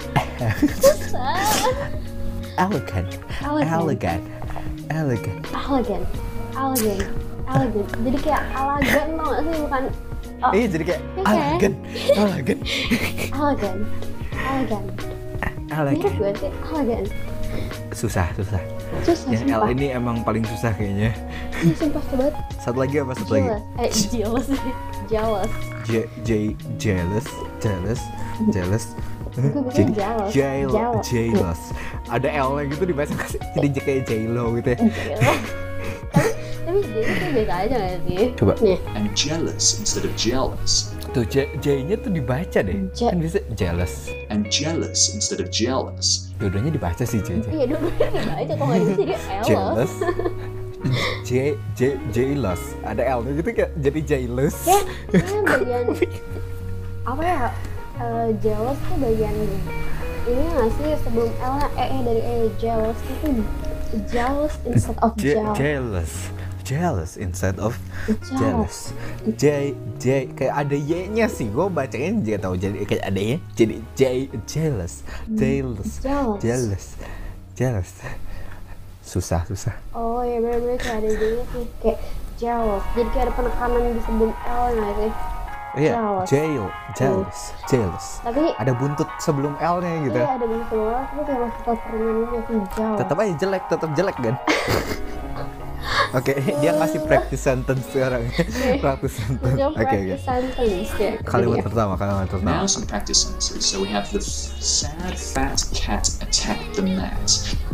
Speaker 1: Susah.
Speaker 2: elegan, elegan, elegan.
Speaker 1: elegan elegan elegan jadi kayak alagan tau gak sih bukan oh,
Speaker 2: Iya jadi kayak
Speaker 1: Oke.
Speaker 2: elegan, elegan,
Speaker 1: [laughs] elegan elegan mirip
Speaker 2: elegan.
Speaker 1: gue sih elegan
Speaker 2: Susah, susah.
Speaker 1: susah
Speaker 2: Ya L
Speaker 1: sumpah
Speaker 2: ini emang paling susah kayaknya.
Speaker 1: Ih, sumpah coba
Speaker 2: Satu lagi apa satu lagi?
Speaker 1: jealous eh jealous jealous
Speaker 2: J J jealous, jealous, jealous. Eh,
Speaker 1: Gue bikin
Speaker 2: Jadi
Speaker 1: jealous.
Speaker 2: jail,
Speaker 1: Jealous.
Speaker 2: jealous. Ada L nya gitu dibaca nggak sih? Jadi j- kayak J-Lo gitu ya.
Speaker 1: jealous tapi tapi jadi tuh biasa aja gak sih
Speaker 2: Coba.
Speaker 1: nih
Speaker 3: And jealous instead of jealous,
Speaker 2: Tuh J J-nya tuh dibaca deh.
Speaker 1: Je-
Speaker 2: Kan bisa jealous.
Speaker 3: and jealous instead of jealous.
Speaker 2: Dua-duanya dibaca sih J J.
Speaker 1: iya dulu biasa aja kok gak bisa jadi jealous [laughs]
Speaker 2: Jealous. J J jealous. Ada L nya gitu kayak jadi jealous.
Speaker 1: kayak kayak bagian apa ya eh, jealous tuh bagian ini nggak sih sebelum L nya E nya dari E jealous itu jealous instead of
Speaker 2: J
Speaker 1: jealous
Speaker 2: jealous. Jealous instead of
Speaker 1: Jealous.
Speaker 2: jealous. J J kayak ada Y-nya sih. Gue bacanya nggak tahu jadi kayak ada Y. Jadi J jealous. Jealous.
Speaker 1: Hmm, jealous.
Speaker 2: Jealous. Jealous. Susah, susah.
Speaker 1: oh ya bener bener kayak ada jadinya sih kayak jealous jadi kayak ada penekanan di sebelum L nya sih
Speaker 2: Iya,
Speaker 1: Jealous.
Speaker 2: jail, jealous, jealous.
Speaker 1: tapi
Speaker 2: Ada buntut sebelum L-nya gitu.
Speaker 1: iya ada banyak keluar tapi kayak masih tetap ringannya sih jealous
Speaker 2: Tetap aja jelek, tetap jelek
Speaker 1: [laughs]
Speaker 2: kan. Oke, dia ngasih practice sentence sekarang. practice sentence.
Speaker 1: Macam
Speaker 2: Oke, oke.
Speaker 1: practice sentence ya
Speaker 2: Kalimat
Speaker 1: jadinya.
Speaker 2: pertama, kalimat pertama.
Speaker 3: Now some practice sentences. So we have the f- sad fat cat attacked the mat.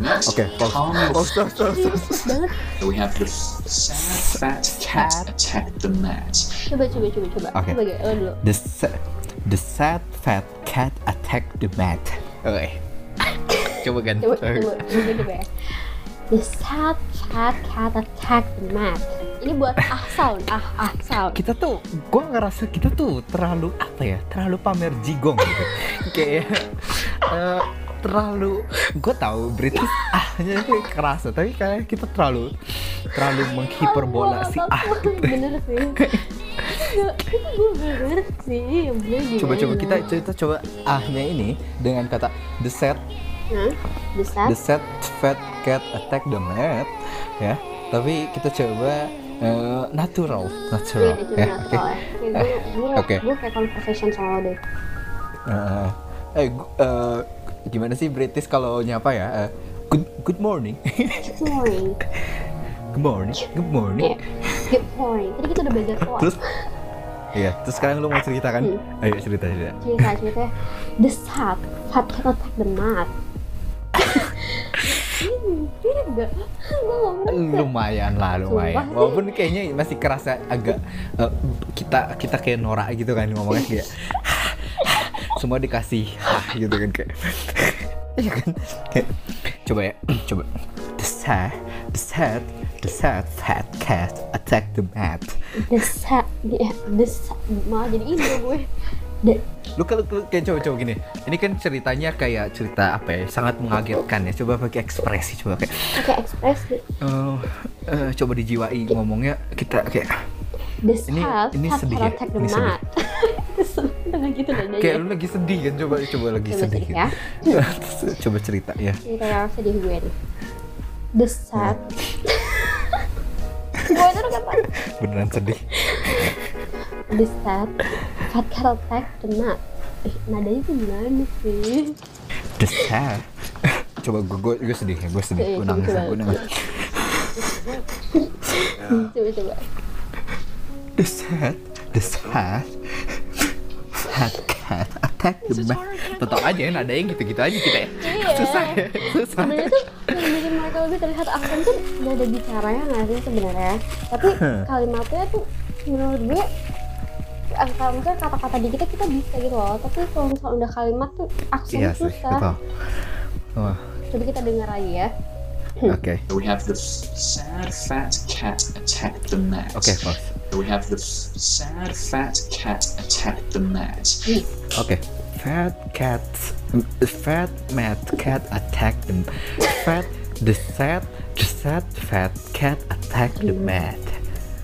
Speaker 3: Next,
Speaker 2: Oke, pause.
Speaker 3: calm your
Speaker 2: Oh, stop, stop, stop.
Speaker 1: Ih, banget
Speaker 3: [laughs] So we have the f- sad fat cat attacked the mat.
Speaker 1: coba coba coba coba
Speaker 2: Oke.
Speaker 1: coba kayak lo dulu
Speaker 2: The sad, the sad fat cat attacked the mat. Oke.
Speaker 1: [laughs]
Speaker 2: Coba kan.
Speaker 1: coba coba coba coba ya The sad cat cat attack the mat Ini buat ah sound, ah ah sound
Speaker 2: Kita tuh, gua ngerasa kita tuh terlalu apa ya? Terlalu pamer
Speaker 1: [laughs]
Speaker 2: jigong gitu. Kayak eh, terlalu gue tahu British ahnya itu kerasa tapi kayak kita terlalu terlalu
Speaker 1: Ya
Speaker 2: menghiperbola si ah gitu.
Speaker 1: Bener sih Gak- Itu gue gak ngerti sih yang bener gimana
Speaker 2: coba coba kita cerita coba ahnya ini dengan kata the sad
Speaker 1: Hah? The sad
Speaker 2: The sad fat cat attack the mat ya. Tapi kita coba eh, natural,
Speaker 1: Iya,
Speaker 2: natural
Speaker 1: itu natural
Speaker 2: ya. Oke.
Speaker 1: ya Kayak Gue
Speaker 2: eh. Oke.
Speaker 1: gue- gue kayak conversation sama lo deh
Speaker 2: Eh, eh, gu- eh, gimana sih British kalau nyapa ya? Eh, good good morning. [laughs]
Speaker 1: Good morning
Speaker 2: good morning. Good morning.
Speaker 1: Iya. Hmm. Good morning Tadi kita udah belajar soal
Speaker 2: Terus Iya. Terus sekarang lu mau cerita kan? Ayo cerita cerita.
Speaker 1: cerita cerita the sad sad cannot take the
Speaker 2: [laughs]
Speaker 1: mad Hmm, mirip gak? Gue gak merasa
Speaker 2: Lumayan lah, lumayan.
Speaker 1: Sumpah.
Speaker 2: Walaupun kayaknya masih kerasa agak eh, kita kita kayak Nora gitu kan ngomongnya kayak semua dikasih hah gitu kan kayak. [laughs] Iya kan? Kayak, coba ya, [clears throat] coba. The sad, the sad, the sad fat cat attack the mat.
Speaker 1: The sad ya, The sad Malah jadi ini gue The
Speaker 2: Lu kalau lu kayak coba-coba gini. Ini kan ceritanya kayak cerita apa ya? Sangat mengagetkan ya. Coba pakai ekspresi coba kayak
Speaker 1: Oke ekspres The,
Speaker 2: eh, eh, coba dijiwai ngomongnya kita kayak
Speaker 1: the
Speaker 2: Ini-
Speaker 1: sad
Speaker 2: ini
Speaker 1: sad
Speaker 2: sedih
Speaker 1: cannot
Speaker 2: ya?
Speaker 1: take the
Speaker 2: Ini sedih.
Speaker 1: mat Sedih dengan gitu nadanya
Speaker 2: kayak lu lagi sedih kan coba coba lagi
Speaker 1: Coba
Speaker 2: sedih
Speaker 1: sedih
Speaker 2: gitu.
Speaker 1: ya.
Speaker 2: Terus [laughs] coba cerita ya
Speaker 1: Cerita yang sedih gue nih The sad
Speaker 2: Ya.
Speaker 1: Gue itu udah kapan
Speaker 2: beneran sedih
Speaker 1: The sad Fat cat attack the mat Eh, nadanya tuh gimana sih?
Speaker 2: besar [laughs] coba gue gue gue sedih ya gue sedih
Speaker 1: Iya,
Speaker 2: gue
Speaker 1: coba,
Speaker 2: nangis
Speaker 1: coba.
Speaker 2: gue nangis Ya.
Speaker 1: Coba-coba
Speaker 2: besar besar Fat cat attack the bat. Tetap aja ya, ada yang gitu-gitu aja kita ya.
Speaker 1: Iya.
Speaker 2: Susah ya, susah.
Speaker 1: sebenarnya tuh yang bikin mereka lebih terlihat akan tuh nggak ada bicaranya nggak sih sebenarnya tapi kalimatnya tuh menurut gue eh, kalau misalnya kata-kata di kita kita bisa gitu loh tapi kalau misalnya udah kalimat tuh aksi
Speaker 2: Iya sih, betul.
Speaker 1: susah
Speaker 2: Wah,
Speaker 1: coba kita dengar aja ya
Speaker 2: oke,
Speaker 3: So we have the f- sad fat cat attack the mat.
Speaker 2: oke, Fox.
Speaker 3: So we have the f- sad fat cat attack the mat.
Speaker 2: Oke. Fat cat, fat mad cat attack the fat the sad the sad fat cat attack the mad.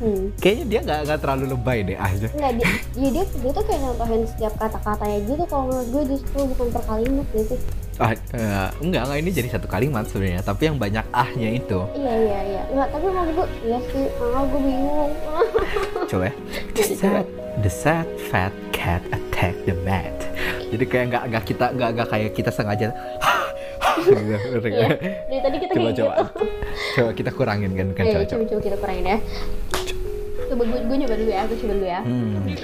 Speaker 1: hmm.
Speaker 2: Kayaknya dia nggak nggak terlalu lebay deh ah, aja.
Speaker 1: nggak dia, ya dia, dia tuh kayak nyontohin setiap kata-katanya gitu kalau menurut gue justru bukan per kalimat gitu sih
Speaker 2: Ah, eh, enggak enggak ini jadi satu kalimat sebenarnya, tapi yang banyak ahnya itu.
Speaker 1: iya iya iya nggak tapi menurut gue iya sih ah gue bingung
Speaker 2: Coba. ya. The sad the sad fat cat attack the mad. Jadi kayak nggak nggak kita nggak nggak kayak kita sengaja. [laughs] gitu, ngerti
Speaker 1: Iya,
Speaker 2: nggak?
Speaker 1: dari tadi kita
Speaker 2: coba
Speaker 1: kayak gitu
Speaker 2: coba [laughs]
Speaker 1: Iya,
Speaker 2: coba kita kurangin kan kan
Speaker 1: Oke,
Speaker 2: coba coba.
Speaker 1: coba coba kita kurangin ya. Coba gue gue nyoba dulu ya, gue coba dulu ya.
Speaker 2: Hmm.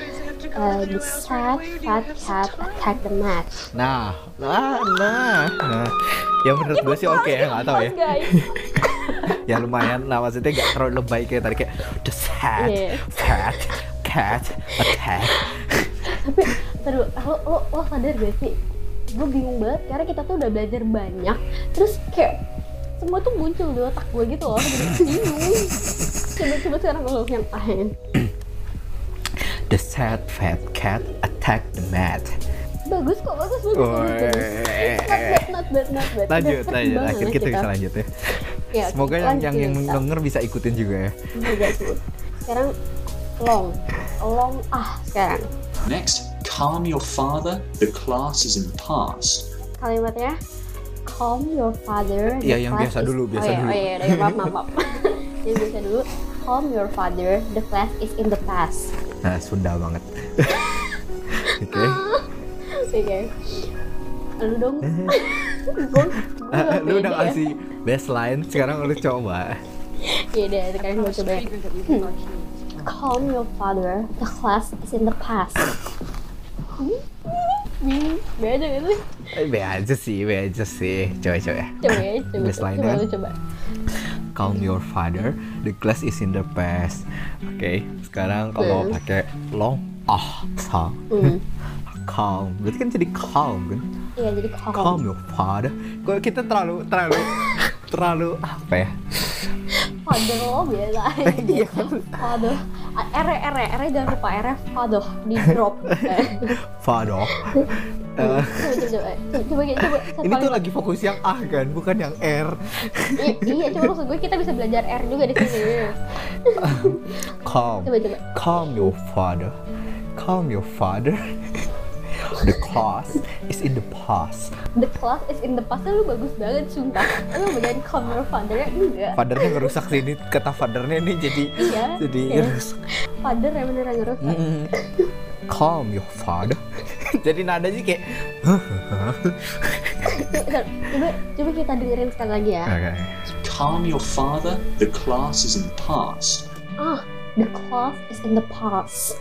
Speaker 1: Uh, the sad fat cat attack the mat.
Speaker 2: Nah, nah, nah, nah. Ya menurut gue sih oke ya, nggak tahu ya.
Speaker 1: Pas, guys.
Speaker 2: Ya lumayan lah maksudnya nggak terlalu lebay kayak tadi kayak the sad
Speaker 1: Iya.
Speaker 2: fat cat attack.
Speaker 1: Tapi terus lo lo lo sadar gak sih? Gue bingung banget karena kita tuh udah belajar banyak, terus kayak semua tuh muncul di otak gue gitu loh, jadi gue bingung. Coba coba sekarang lo yang lain.
Speaker 2: The sad fat cat attack the mat.
Speaker 1: Bagus kok, bagus bagus. bagus, bagus. Not bad, not bad, not bad.
Speaker 2: Lanjut,
Speaker 1: Udah
Speaker 2: lanjut.
Speaker 1: banget
Speaker 2: Akhir kita bisa lanjut ya.
Speaker 1: Ya, oke,
Speaker 2: Semoga yang yang,
Speaker 1: lanjutin
Speaker 2: yang
Speaker 1: kita.
Speaker 2: denger bisa ikutin juga ya.
Speaker 1: Juga sih. Sekarang long, long ah sekarang.
Speaker 3: Next, calm your father. The class is in the past.
Speaker 1: kalimatnya calm your father the
Speaker 2: Iya, yang
Speaker 1: class
Speaker 2: biasa
Speaker 1: is-
Speaker 2: dulu,
Speaker 1: oh,
Speaker 2: biasa
Speaker 1: iya,
Speaker 2: dulu.
Speaker 1: oh iya iya, maaf maaf
Speaker 2: [laughs]
Speaker 1: maaf yang biasa dulu calm your father the class is in the past
Speaker 2: Nah, Sunda
Speaker 1: [laughs]
Speaker 2: banget. Oke.
Speaker 1: oke lu dong Gua- gua
Speaker 2: Eh, [laughs] Lu udah
Speaker 1: beda ya.
Speaker 2: kasih baseline, sekarang lu coba.
Speaker 1: [laughs] iya deh sekarang gue coba ya. calm your father the class is in the past Hmm, beda gitu sih
Speaker 2: Eh, Be aja sih, be aja sih. Coba-coba ya.
Speaker 1: coba ya coba
Speaker 2: Baseline
Speaker 1: coba
Speaker 2: kan?
Speaker 1: lu coba
Speaker 2: Calm your father, the class is in the past. Oke, sekarang kalau
Speaker 1: Hmm.
Speaker 2: pakai long ah song,
Speaker 1: Hmm.
Speaker 2: [laughs] calm. Berarti kan jadi calm kan?
Speaker 1: iya jadi calm,
Speaker 2: Calm your father. Kok kita terlalu terlalu terlalu apa ya?
Speaker 1: father lo biasa aja
Speaker 2: [laughs] Iya.
Speaker 1: Waduh, R R R jangan lupa R waduh di
Speaker 2: [laughs]
Speaker 1: drop. Eh, [laughs]
Speaker 2: Father. Eh,
Speaker 1: coba coba coba coba, coba satu
Speaker 2: ini
Speaker 1: kali.
Speaker 2: tuh lagi fokus yang ah kan, bukan yang r.
Speaker 1: I- iya coba maksud gue kita bisa belajar R juga di sini.
Speaker 2: Calm.
Speaker 1: Coba coba.
Speaker 2: Calm your father. Calm your father. [laughs] The class is in the past.
Speaker 1: The class is in the past lu bagus banget sumpah. Lu bagian cover father ya enggak.
Speaker 2: Fathernya ngerusak sih ini kata fathernya ini jadi
Speaker 1: Iya.
Speaker 2: jadi
Speaker 1: Iya.
Speaker 2: ngerusak.
Speaker 1: Father ya beneran ngerusak.
Speaker 2: Mm-mm. Calm your father. [laughs] jadi nadanya kayak
Speaker 1: Coba coba coba kita dengerin sekali lagi ya.
Speaker 2: Oke.
Speaker 3: Calm your father. The class is in the past.
Speaker 1: Ah, The class is in the past.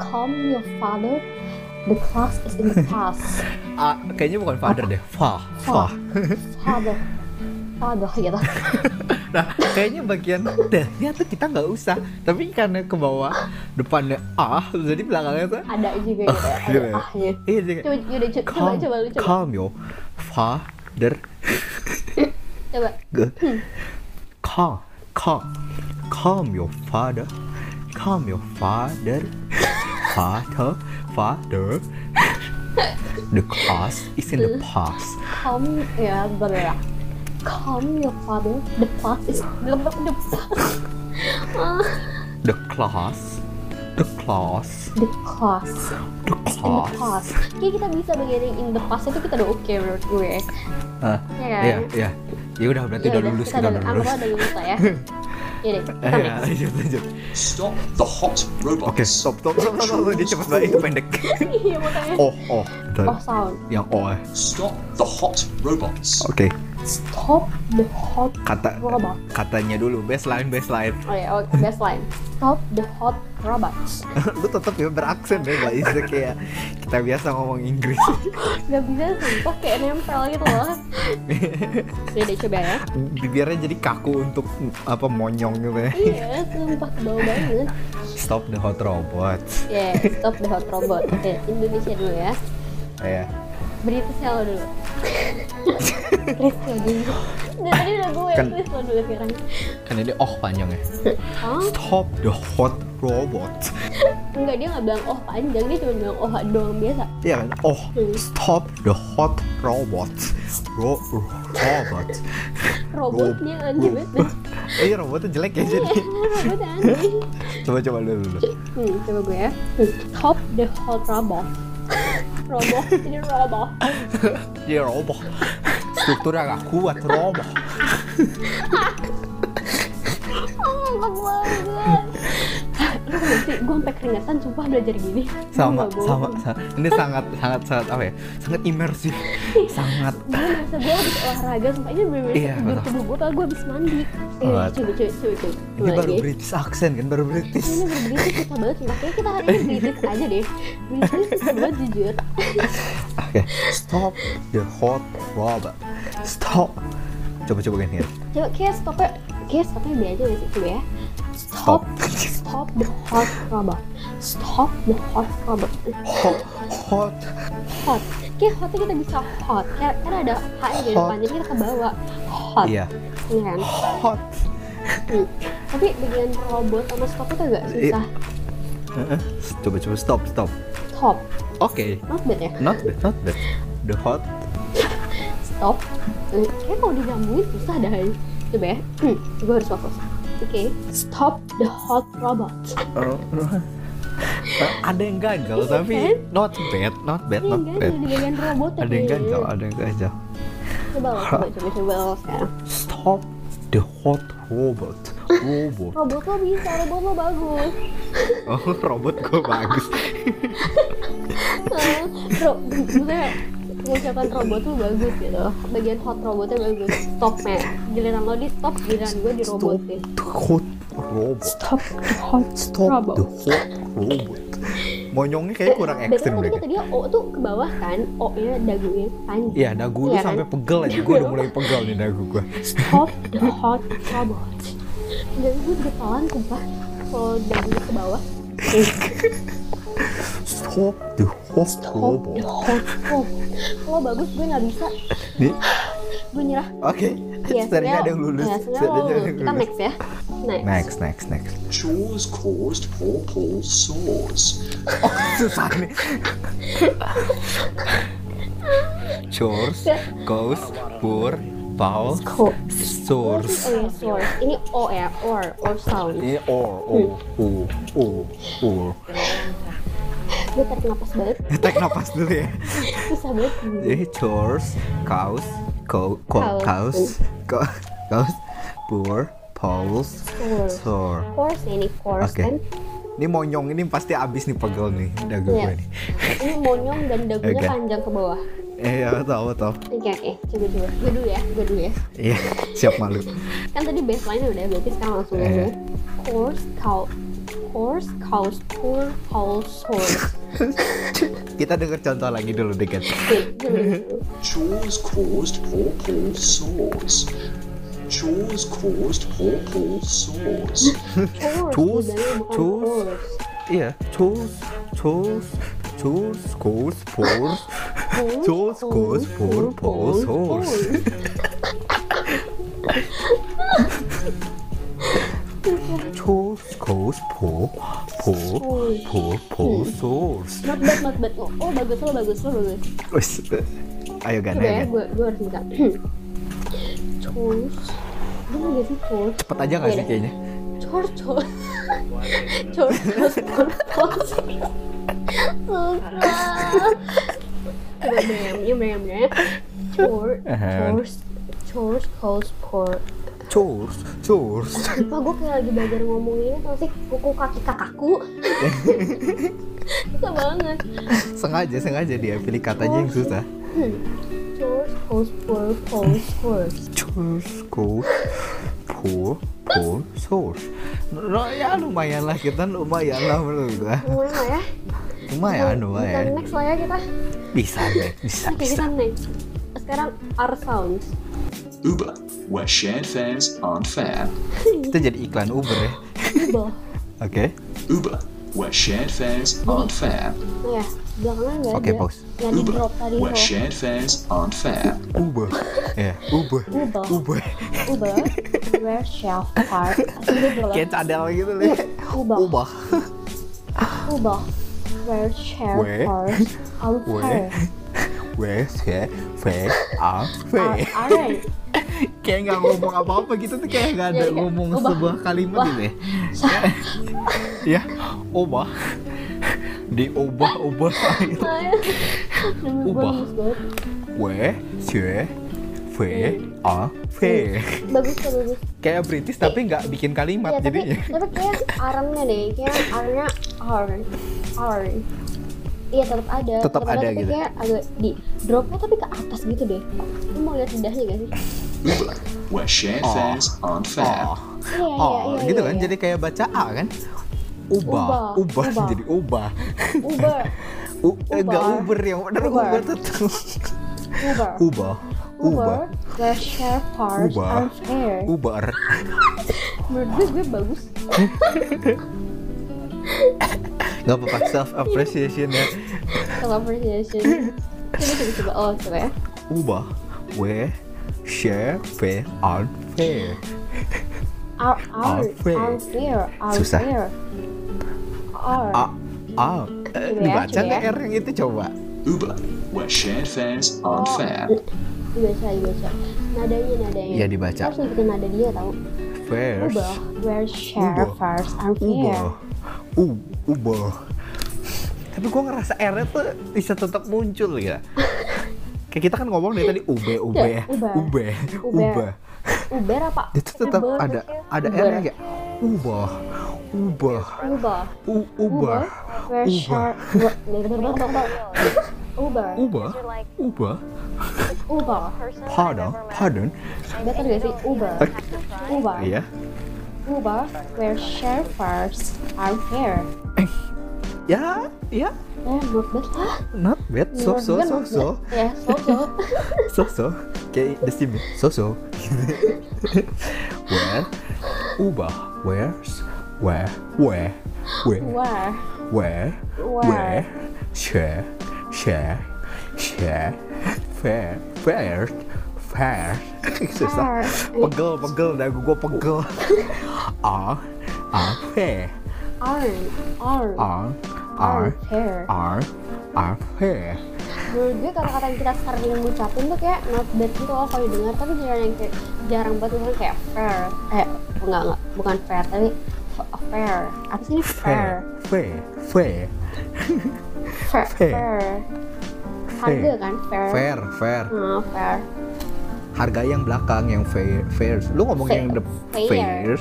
Speaker 1: Calm your father. The class is in the past.
Speaker 2: A ah, kayaknya bukan father deh. Fa,
Speaker 1: Fa.
Speaker 2: fa.
Speaker 1: Father. Father gitu.
Speaker 2: Nah, kayaknya bagian dahnya tuh kita nggak usah. Tapi karena ke bawah depannya A, jadi belakangnya tuh
Speaker 1: Ada juga gitu
Speaker 2: [laughs]
Speaker 1: ya.
Speaker 2: Gitu
Speaker 1: Ada
Speaker 2: ya.
Speaker 1: ahnya.
Speaker 2: iya jadi
Speaker 1: Coba, yaudah, co- coba,
Speaker 2: calm,
Speaker 1: coba, lu coba.
Speaker 2: calm yo, father,
Speaker 1: Coba.
Speaker 2: good,
Speaker 1: Hmm.
Speaker 2: calm, calm, calm yo father, calm yo father, father, father. The class is
Speaker 1: Hmm.
Speaker 2: in the past.
Speaker 1: Calm ya, bentar ya. Calm your father. The past is belum the past. Ah,
Speaker 2: The class, the class,
Speaker 1: the class. in the
Speaker 2: the class.
Speaker 1: past. Kayak kita bisa bagian yang in the past itu kita udah oke menurut gue.
Speaker 2: Ah,
Speaker 1: Iya kan?
Speaker 2: Iya, iya. Ya udah berarti udah lulus kita udah lulus.
Speaker 1: Anggap udah lulus lah ya. Iya deh, kita
Speaker 2: [laughs] Iya,
Speaker 1: next.
Speaker 2: lanjut lanjut.
Speaker 3: Stop the hot robots.
Speaker 2: Oke, stop stop stop stop. stop. Dia cepet banget pendek.
Speaker 1: [laughs] Iya makanya.
Speaker 2: Oh oh. Bentar.
Speaker 1: Oh sound.
Speaker 2: Yang oh. eh.
Speaker 3: Stop the hot robots.
Speaker 2: Oke,
Speaker 1: Stop the hot
Speaker 2: kata
Speaker 1: robot.
Speaker 2: katanya dulu baseline baseline.
Speaker 1: Oh ya, oke best line. Stop the hot robots.
Speaker 2: [laughs] Lu tetap ya beraksen deh, guys. Kayak kita biasa ngomong Inggris. [laughs]
Speaker 1: Gak bisa sumpah kayak nempel gitu loh. Iya deh coba ya.
Speaker 2: Bibirnya jadi kaku untuk apa monyong gitu ya.
Speaker 1: Iya, sumpah ke bawah banget.
Speaker 2: Stop the hot robots.
Speaker 1: Ya, stop the hot robot. Oke, Indonesia dulu ya.
Speaker 2: Ya.
Speaker 1: British lo dulu. Chris lo dulu. Dari tadi udah gue,
Speaker 2: Kan-
Speaker 1: Chris lo dulu sekarang.
Speaker 2: Kan ini oh panjang ya.
Speaker 1: Oh,
Speaker 2: Stop the hot robots.
Speaker 1: enggak dia nggak bilang oh panjang, dia cuma bilang oh doang biasa.
Speaker 2: Iya kan? Oh,
Speaker 1: Hmm.
Speaker 2: stop the hot robots. Ro ro- [laughs] robot.
Speaker 1: Robotnya aneh
Speaker 2: Ro-
Speaker 1: banget.
Speaker 2: Eh, robotnya jelek ya [laughs] jadi.
Speaker 1: Iya, robot aneh.
Speaker 2: Coba coba dulu dulu.
Speaker 1: Hmm, coba gue ya. Hmm. Top the hot robot. robot, ini robot.
Speaker 2: [laughs] Dia Iya, robot. Strukturnya gak kuat robot.
Speaker 1: Oh, nggak banget. Lu nggak sih, gue sampai keringetan sumpah belajar gini. Gua
Speaker 2: Sama,
Speaker 1: nggak bohong.
Speaker 2: sama, sama. Ini sangat sangat sangat apa ya? Sangat imersif. Sangat
Speaker 1: gue merasa gue habis olahraga sumpah ini bener-bener
Speaker 2: Iya,
Speaker 1: seger
Speaker 2: betul.
Speaker 1: tubuh gue padahal gue habis mandi eh
Speaker 2: Oh,
Speaker 1: coba coba coba coba
Speaker 2: ini
Speaker 1: Coba
Speaker 2: baru
Speaker 1: lagi.
Speaker 2: British accent kan, baru
Speaker 1: ini
Speaker 2: British.
Speaker 1: baru British susah banget sumpah kayaknya kita hari ini British aja deh British susah banget jujur
Speaker 2: Oke. Stop the hot robot. Stop. Coba coba gini. ya.
Speaker 1: coba kayak stopnya kayak stopnya biasa aja deh sih coba ya stop stop the hot robot stop the hot robot
Speaker 2: Hot hot
Speaker 1: hot kayak hotnya kita bisa hot kayak kan ada H nya di
Speaker 2: Hot.
Speaker 1: depan jadi kita ke bawah hot
Speaker 2: iya.
Speaker 1: Iya kan
Speaker 2: Hot.
Speaker 1: Hmm. tapi bagian robot sama stop itu agak
Speaker 2: Iya.
Speaker 1: susah
Speaker 2: Heeh. Coba coba stop stop.
Speaker 1: top
Speaker 2: Oke.
Speaker 1: not bad ya
Speaker 2: Not bad, not bad. The hot
Speaker 1: stop Eh, kayaknya kalau disambungin susah dah coba ya [clears throat] gue harus fokus oke stop the hot robot
Speaker 2: Uh, ada yang gagal
Speaker 1: Iya
Speaker 2: tapi
Speaker 1: kan? Iya
Speaker 2: not bad,
Speaker 1: ini
Speaker 2: not bad, not
Speaker 1: enggak
Speaker 2: bad.
Speaker 1: jadi bagian robot
Speaker 2: Ada yang gagal, ada yang gagal.
Speaker 1: coba lo coba coba coba lo sekarang
Speaker 2: Stop the hot robot,
Speaker 1: [laughs]
Speaker 2: robot.
Speaker 1: robot lo bisa robot lo bagus
Speaker 2: Oh, robot gue bagus.
Speaker 1: Eh, ro maksudnya ucapan robot tuh bagus gitu bagian hot robotnya bagus stop man giliran lo di stop giliran gue di robot deh
Speaker 2: The hot robot.
Speaker 1: stop the hot
Speaker 2: Stop
Speaker 1: robot
Speaker 2: the hot robot. Monyongnya
Speaker 1: Eh,
Speaker 2: kayaknya kurang ekstrim
Speaker 1: Biasanya tadi
Speaker 2: deh.
Speaker 1: kata dia O tuh ke bawah kan, O-nya dagunya panjang.
Speaker 2: Iya, dagu lu
Speaker 1: Iya kan?
Speaker 2: sampai pegel aja. Gue udah mulai pegel nih dagu gue.
Speaker 1: Stop the hot robot. Dan gue kepalan sumpah kalau dagunya ke bawah.
Speaker 2: Stop the hot
Speaker 1: Stop the
Speaker 2: robot.
Speaker 1: hot robot. Kalau bagus gue nggak bisa,
Speaker 2: Nih,
Speaker 1: gue
Speaker 2: [laughs]
Speaker 1: nyerah.
Speaker 2: Oke,
Speaker 1: Ya,
Speaker 2: sebenarnya ada yang lulus.
Speaker 1: Ya, sebenarnya lo
Speaker 2: Sebenarnya ada
Speaker 1: lulus.
Speaker 2: yang
Speaker 1: Kita
Speaker 2: lulus.
Speaker 1: next ya. Next.
Speaker 2: Next, next, next.
Speaker 3: Chores caused poor Paul sores.
Speaker 2: Oh, susah nih. Chores,
Speaker 1: Ya.
Speaker 2: goes, poor, Paul,
Speaker 1: Co-
Speaker 2: source.
Speaker 1: Oh ya, source. Ini O ya, or, or sound.
Speaker 2: Ini or, or, or, or, or.
Speaker 1: Gue tarik napas banget,
Speaker 2: Tek napas dulu ya.
Speaker 1: susah banget.
Speaker 2: Jadi chores, cows, cow, cow, cows, cow- cows, poor, Paul's,
Speaker 1: Source.
Speaker 2: sore.
Speaker 1: Course ini course
Speaker 2: Oke.
Speaker 1: kan.
Speaker 2: Ini monyong ini pasti abis nih pegel nih dagu
Speaker 1: Iya.
Speaker 2: gue nih.
Speaker 1: Ini monyong dan dagunya
Speaker 2: Oke.
Speaker 1: panjang ke bawah.
Speaker 2: Eh, ya, tahu tahu.
Speaker 1: Oke, oke, coba dulu. Gue dulu ya, gue dulu ya.
Speaker 2: Iya, [laughs] siap malu.
Speaker 1: Kan tadi baseline udah, berarti sekarang langsung
Speaker 2: Iya.
Speaker 1: dulu. Course cow horse, cow's poor, cow's horse.
Speaker 2: Kita denger contoh lagi dulu deket.
Speaker 1: Wait, wait, wait.
Speaker 3: Chores caused poor Paul sores. Chores caused poor Paul sores.
Speaker 1: Horse,
Speaker 2: Tools,
Speaker 1: bedanya bukan
Speaker 2: tools.
Speaker 1: horse.
Speaker 2: Iya, tools, tools, tools, course, pores,
Speaker 1: Horse,
Speaker 2: tools, course,
Speaker 1: horse,
Speaker 2: pore, pores,
Speaker 1: horse,
Speaker 2: horse.
Speaker 1: horse.
Speaker 2: Tools, course, pore, pore, pore, pore, source.
Speaker 1: Not bad, not bad. Oh, oh, bagus, lo bagus, lo bagus.
Speaker 2: Wes, Ayo gan,
Speaker 1: Coba ya,
Speaker 2: ayo gan.
Speaker 1: gue gue harus [clears throat] buka. Chores. Gimana gak sih chores?
Speaker 2: Cepet aja gak
Speaker 1: Iya deh.
Speaker 2: sih kayaknya?
Speaker 1: Chores, chores. Chores, chores, chores, chores. Susah. Coba bayangin, bayangin. Chores,
Speaker 2: Ahem.
Speaker 1: chores, chores, chores, chores.
Speaker 2: Chores, chores.
Speaker 1: Sumpah gue kayak lagi belajar ngomong ini tau sih kuku kaki [laughs] kakakku Susah banget
Speaker 2: [laughs] Sengaja, sengaja dia pilih katanya yang susah.
Speaker 1: Chores, chores, chores, chores, chores
Speaker 2: Chores, course, pore, pore, source. No, ya lumayan lah kita, lumayan lah menurut gua.
Speaker 1: Lumayan lah ya
Speaker 2: Lumayan,
Speaker 1: Kita
Speaker 2: lumayan.
Speaker 1: next lah ya kita
Speaker 2: Bisa, Beb, bisa,
Speaker 1: Oke
Speaker 2: bisa.
Speaker 1: kita next Sekarang R sounds
Speaker 3: Uber, where shared fares aren't fair.
Speaker 2: Itu jadi iklan Uber ya.
Speaker 1: Uber
Speaker 2: Oke.
Speaker 3: Uber, where shared fares aren't fair.
Speaker 1: Oh ya Belakangan gak
Speaker 2: Oke,
Speaker 1: ada
Speaker 2: pause.
Speaker 1: Gak di
Speaker 3: Uber,
Speaker 1: drop tadi
Speaker 3: where
Speaker 1: loh
Speaker 3: shared fares aren't fair.
Speaker 2: Uber. Ya, Uber.
Speaker 1: Uber.
Speaker 2: Uber.
Speaker 1: Uber Where shall far Asli gue belum
Speaker 2: Kayak cadel gitu nih.
Speaker 1: Uber.
Speaker 2: Uber.
Speaker 1: Uber Where shall
Speaker 2: Where?
Speaker 1: far Out far
Speaker 2: Where? Where, where, where, are, where.
Speaker 1: Ah, Alright
Speaker 2: Kayak nggak ngomong apa-apa gitu tuh kayak nggak ada
Speaker 1: Iya, iya.
Speaker 2: ngomong
Speaker 1: Ubah.
Speaker 2: sebuah kalimat
Speaker 1: Ubah. Iya.
Speaker 2: gitu ya. [laughs] ya, obah. [laughs] Diubah-ubah gitu. Ubah. Where, where, where, are, where.
Speaker 1: Bagus tuh bagus
Speaker 2: Kayak British tapi nggak bikin
Speaker 1: [laughs] Iya,
Speaker 2: kalimat
Speaker 1: tapi,
Speaker 2: jadinya.
Speaker 1: tapi kayak arannya deh, kayak arannya ar, ar. Iya tetap ada,
Speaker 2: Tetap ada
Speaker 1: tapi
Speaker 2: gitu.
Speaker 1: Kayak agak di dropnya tapi ke atas gitu deh. Lu mau lihat lidahnya gak sih?
Speaker 3: Uber, where shared
Speaker 2: Aw.
Speaker 3: fares aren't fair.
Speaker 2: Oh.
Speaker 1: Iya iya
Speaker 2: Oh,
Speaker 1: iya.
Speaker 2: gitu
Speaker 1: iya,
Speaker 2: kan?
Speaker 1: iya.
Speaker 2: Jadi kayak baca A kan? Ubah,
Speaker 1: Ubah,
Speaker 2: ubah,
Speaker 1: ubah.
Speaker 2: [laughs] jadi ubah.
Speaker 1: Uber,
Speaker 2: [laughs] U- eh, Enggak
Speaker 1: Ubah.
Speaker 2: Uber yang bener
Speaker 1: Ubah.
Speaker 2: Uber tetap. [laughs]
Speaker 1: Uber,
Speaker 2: Ubah,
Speaker 1: Uber,
Speaker 2: ubah,
Speaker 1: the share parts
Speaker 2: Ubah.
Speaker 1: are fair.
Speaker 2: Uber.
Speaker 1: Menurut gue gue bagus.
Speaker 2: Gak apa-apa self appreciation ya.
Speaker 1: Sama appreciation.
Speaker 2: [laughs]
Speaker 1: Coba coba coba. Oh coba ya.
Speaker 2: Ubah, we, share, fair, are fair.
Speaker 1: Are are
Speaker 2: Are fair.
Speaker 1: are fair are
Speaker 2: Susah.
Speaker 1: fair. Are
Speaker 2: A, A. Eh,
Speaker 1: Coba ya,
Speaker 2: Dibaca
Speaker 1: coba ya.
Speaker 2: nggak R yang itu coba?
Speaker 3: Uber, where shared fares aren't
Speaker 1: Oh.
Speaker 3: fair.
Speaker 1: biasa biasa. Nadanya nadanya.
Speaker 2: Iya, dibaca.
Speaker 1: Harus ngikutin nada dia tau.
Speaker 2: Fair.
Speaker 1: Uber, Iya. where share
Speaker 2: Uber.
Speaker 1: fares are fair.
Speaker 2: Ubah, U, ubah. Tapi gue ngerasa R-nya tuh bisa tetap muncul ya. Kayak kita kan ngomong dari tadi ube, ube,
Speaker 1: Ya, ube.
Speaker 2: ube,
Speaker 1: Ube.
Speaker 2: ube.
Speaker 1: Uber apa?
Speaker 2: Itu tetap
Speaker 1: Uber,
Speaker 2: ada ada
Speaker 1: Uber.
Speaker 2: R-nya kayak ubah, ubah,
Speaker 1: Uber.
Speaker 2: u,
Speaker 1: Uber.
Speaker 2: ubah,
Speaker 1: Where
Speaker 2: Uber.
Speaker 1: share Uber. Uber.
Speaker 2: ubah, ubah.
Speaker 1: Uber.
Speaker 2: Pardon, pardon.
Speaker 1: Better gak sih? Uber. Uber.
Speaker 2: Iya.
Speaker 1: Uber. Where share fares are fair.
Speaker 2: Ya, ya,
Speaker 1: Eh, not [gasps] bad lah.
Speaker 2: not bad. So,
Speaker 1: Menurut
Speaker 2: so,
Speaker 1: gue
Speaker 2: so,
Speaker 1: not
Speaker 2: so,
Speaker 1: bad. Ya, so so.
Speaker 2: so, so. Kayak the same. ya. So, so. [laughs] where, ubah, where's, where, where, where.
Speaker 1: Where?
Speaker 2: Where?
Speaker 1: Where?
Speaker 2: Share? Share? Share? Fair? Fair? Fair? Susah. Pegel, pegel. Dagu gue pegel. [laughs] R? R? Fair?
Speaker 1: Are. Are.
Speaker 2: R? Ah, R? Ah.
Speaker 1: Are fair.
Speaker 2: R? R? Fair?
Speaker 1: menurut gue kata-kata yang kita sering ngucapin tuh kayak not bad gitu loh kalau didengar tapi jarang yang kayak jarang banget orang kayak fair eh enggak enggak bukan fair tapi f- fair apa sih ini fair
Speaker 2: Fair? Fair? Fair?
Speaker 1: fair,
Speaker 2: Fair.
Speaker 1: fair. harga kan fair
Speaker 2: Fair? Fair?
Speaker 1: Nah, fair
Speaker 2: Harga yang belakang yang fair. Fair. Lu ngomong
Speaker 1: Fair.
Speaker 2: yang de-
Speaker 1: Fair.
Speaker 2: fair.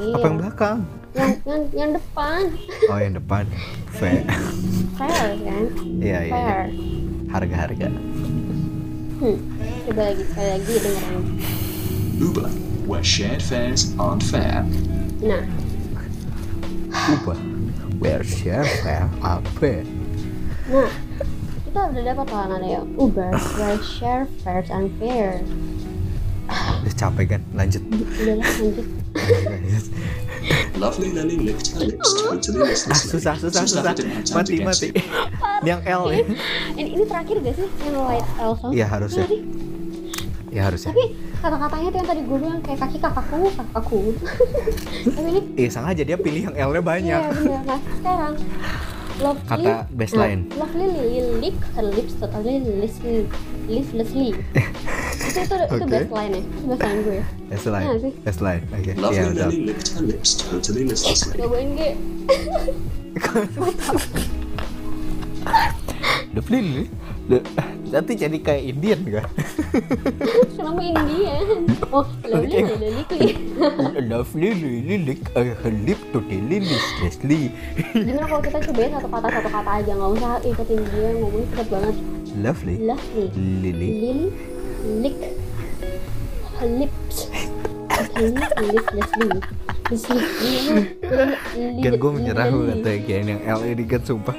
Speaker 1: Fair.
Speaker 2: Apa yang belakang?
Speaker 1: Iya. yang, yang yang depan
Speaker 2: Oh yang depan. Fair. [laughs]
Speaker 1: fair kan
Speaker 2: Iya iya. iya.
Speaker 1: fair
Speaker 2: Harga-harga.
Speaker 1: hmm. coba lagi sekali lagi dengerin
Speaker 3: Uber, where shared fares aren't fair.
Speaker 1: nah
Speaker 2: Uber. Where's your fare? Apa?
Speaker 1: Nah, kita udah dapat lawanan ya. Uber, Rideshare, Fares, and Fair.
Speaker 2: Udah capek kan? Lanjut.
Speaker 1: Udah lah, lanjut.
Speaker 2: Lanjut.
Speaker 3: Lovely Lily licked her lips, totally
Speaker 2: Ah,
Speaker 3: listlessly.
Speaker 2: susah, susah, susah.
Speaker 3: didn't have time
Speaker 2: Mati,
Speaker 3: to get
Speaker 2: mati.
Speaker 3: to.
Speaker 2: [laughs] Yang L ya?
Speaker 1: Ini, ini terakhir gak sih yang eh, light Elsa?
Speaker 2: Iya, harusnya.
Speaker 1: Tadi-
Speaker 2: Ya harusnya.
Speaker 1: Tapi kata-katanya tuh yang tadi gue bilang kayak kaki kakakku, kakakku. [laughs] Tapi ini
Speaker 2: Eh sengaja dia pilih yang L-nya banyak.
Speaker 1: Iya bener. Nah sekarang lovely,
Speaker 2: Kata baseline.
Speaker 1: Nah, lovely Lily lick her lips totally listlessly.
Speaker 2: [laughs]
Speaker 1: listlessly. itu itu itu
Speaker 2: Oke.
Speaker 1: baseline ya, itu baseline gue.
Speaker 2: Baseline,
Speaker 1: Iya sih.
Speaker 2: baseline. Oke.
Speaker 3: Lovely
Speaker 2: Iya, [laughs] betul.
Speaker 3: Lily licked her lips, totally listlessly.
Speaker 1: Cobain gue.
Speaker 2: Lovely Lily. The- Nanti jadi kayak Indian kan?
Speaker 1: Kenapa Indian? [laughs] Oh lovely
Speaker 2: Oke.
Speaker 1: Lily lick.
Speaker 2: Lovely Lily lick her lip to the lilies, Leslie.
Speaker 1: Gimana kalau kita cobain satu kata satu kata aja nggak usah ikutin dia ngomongnya cepet banget.
Speaker 2: Lovely
Speaker 1: Lovely
Speaker 2: Lily
Speaker 1: Lily lick her lips. Totally listlessly. Listlessly.
Speaker 2: Kan gue menyerah gue kata kayak yang L ini kan sumpah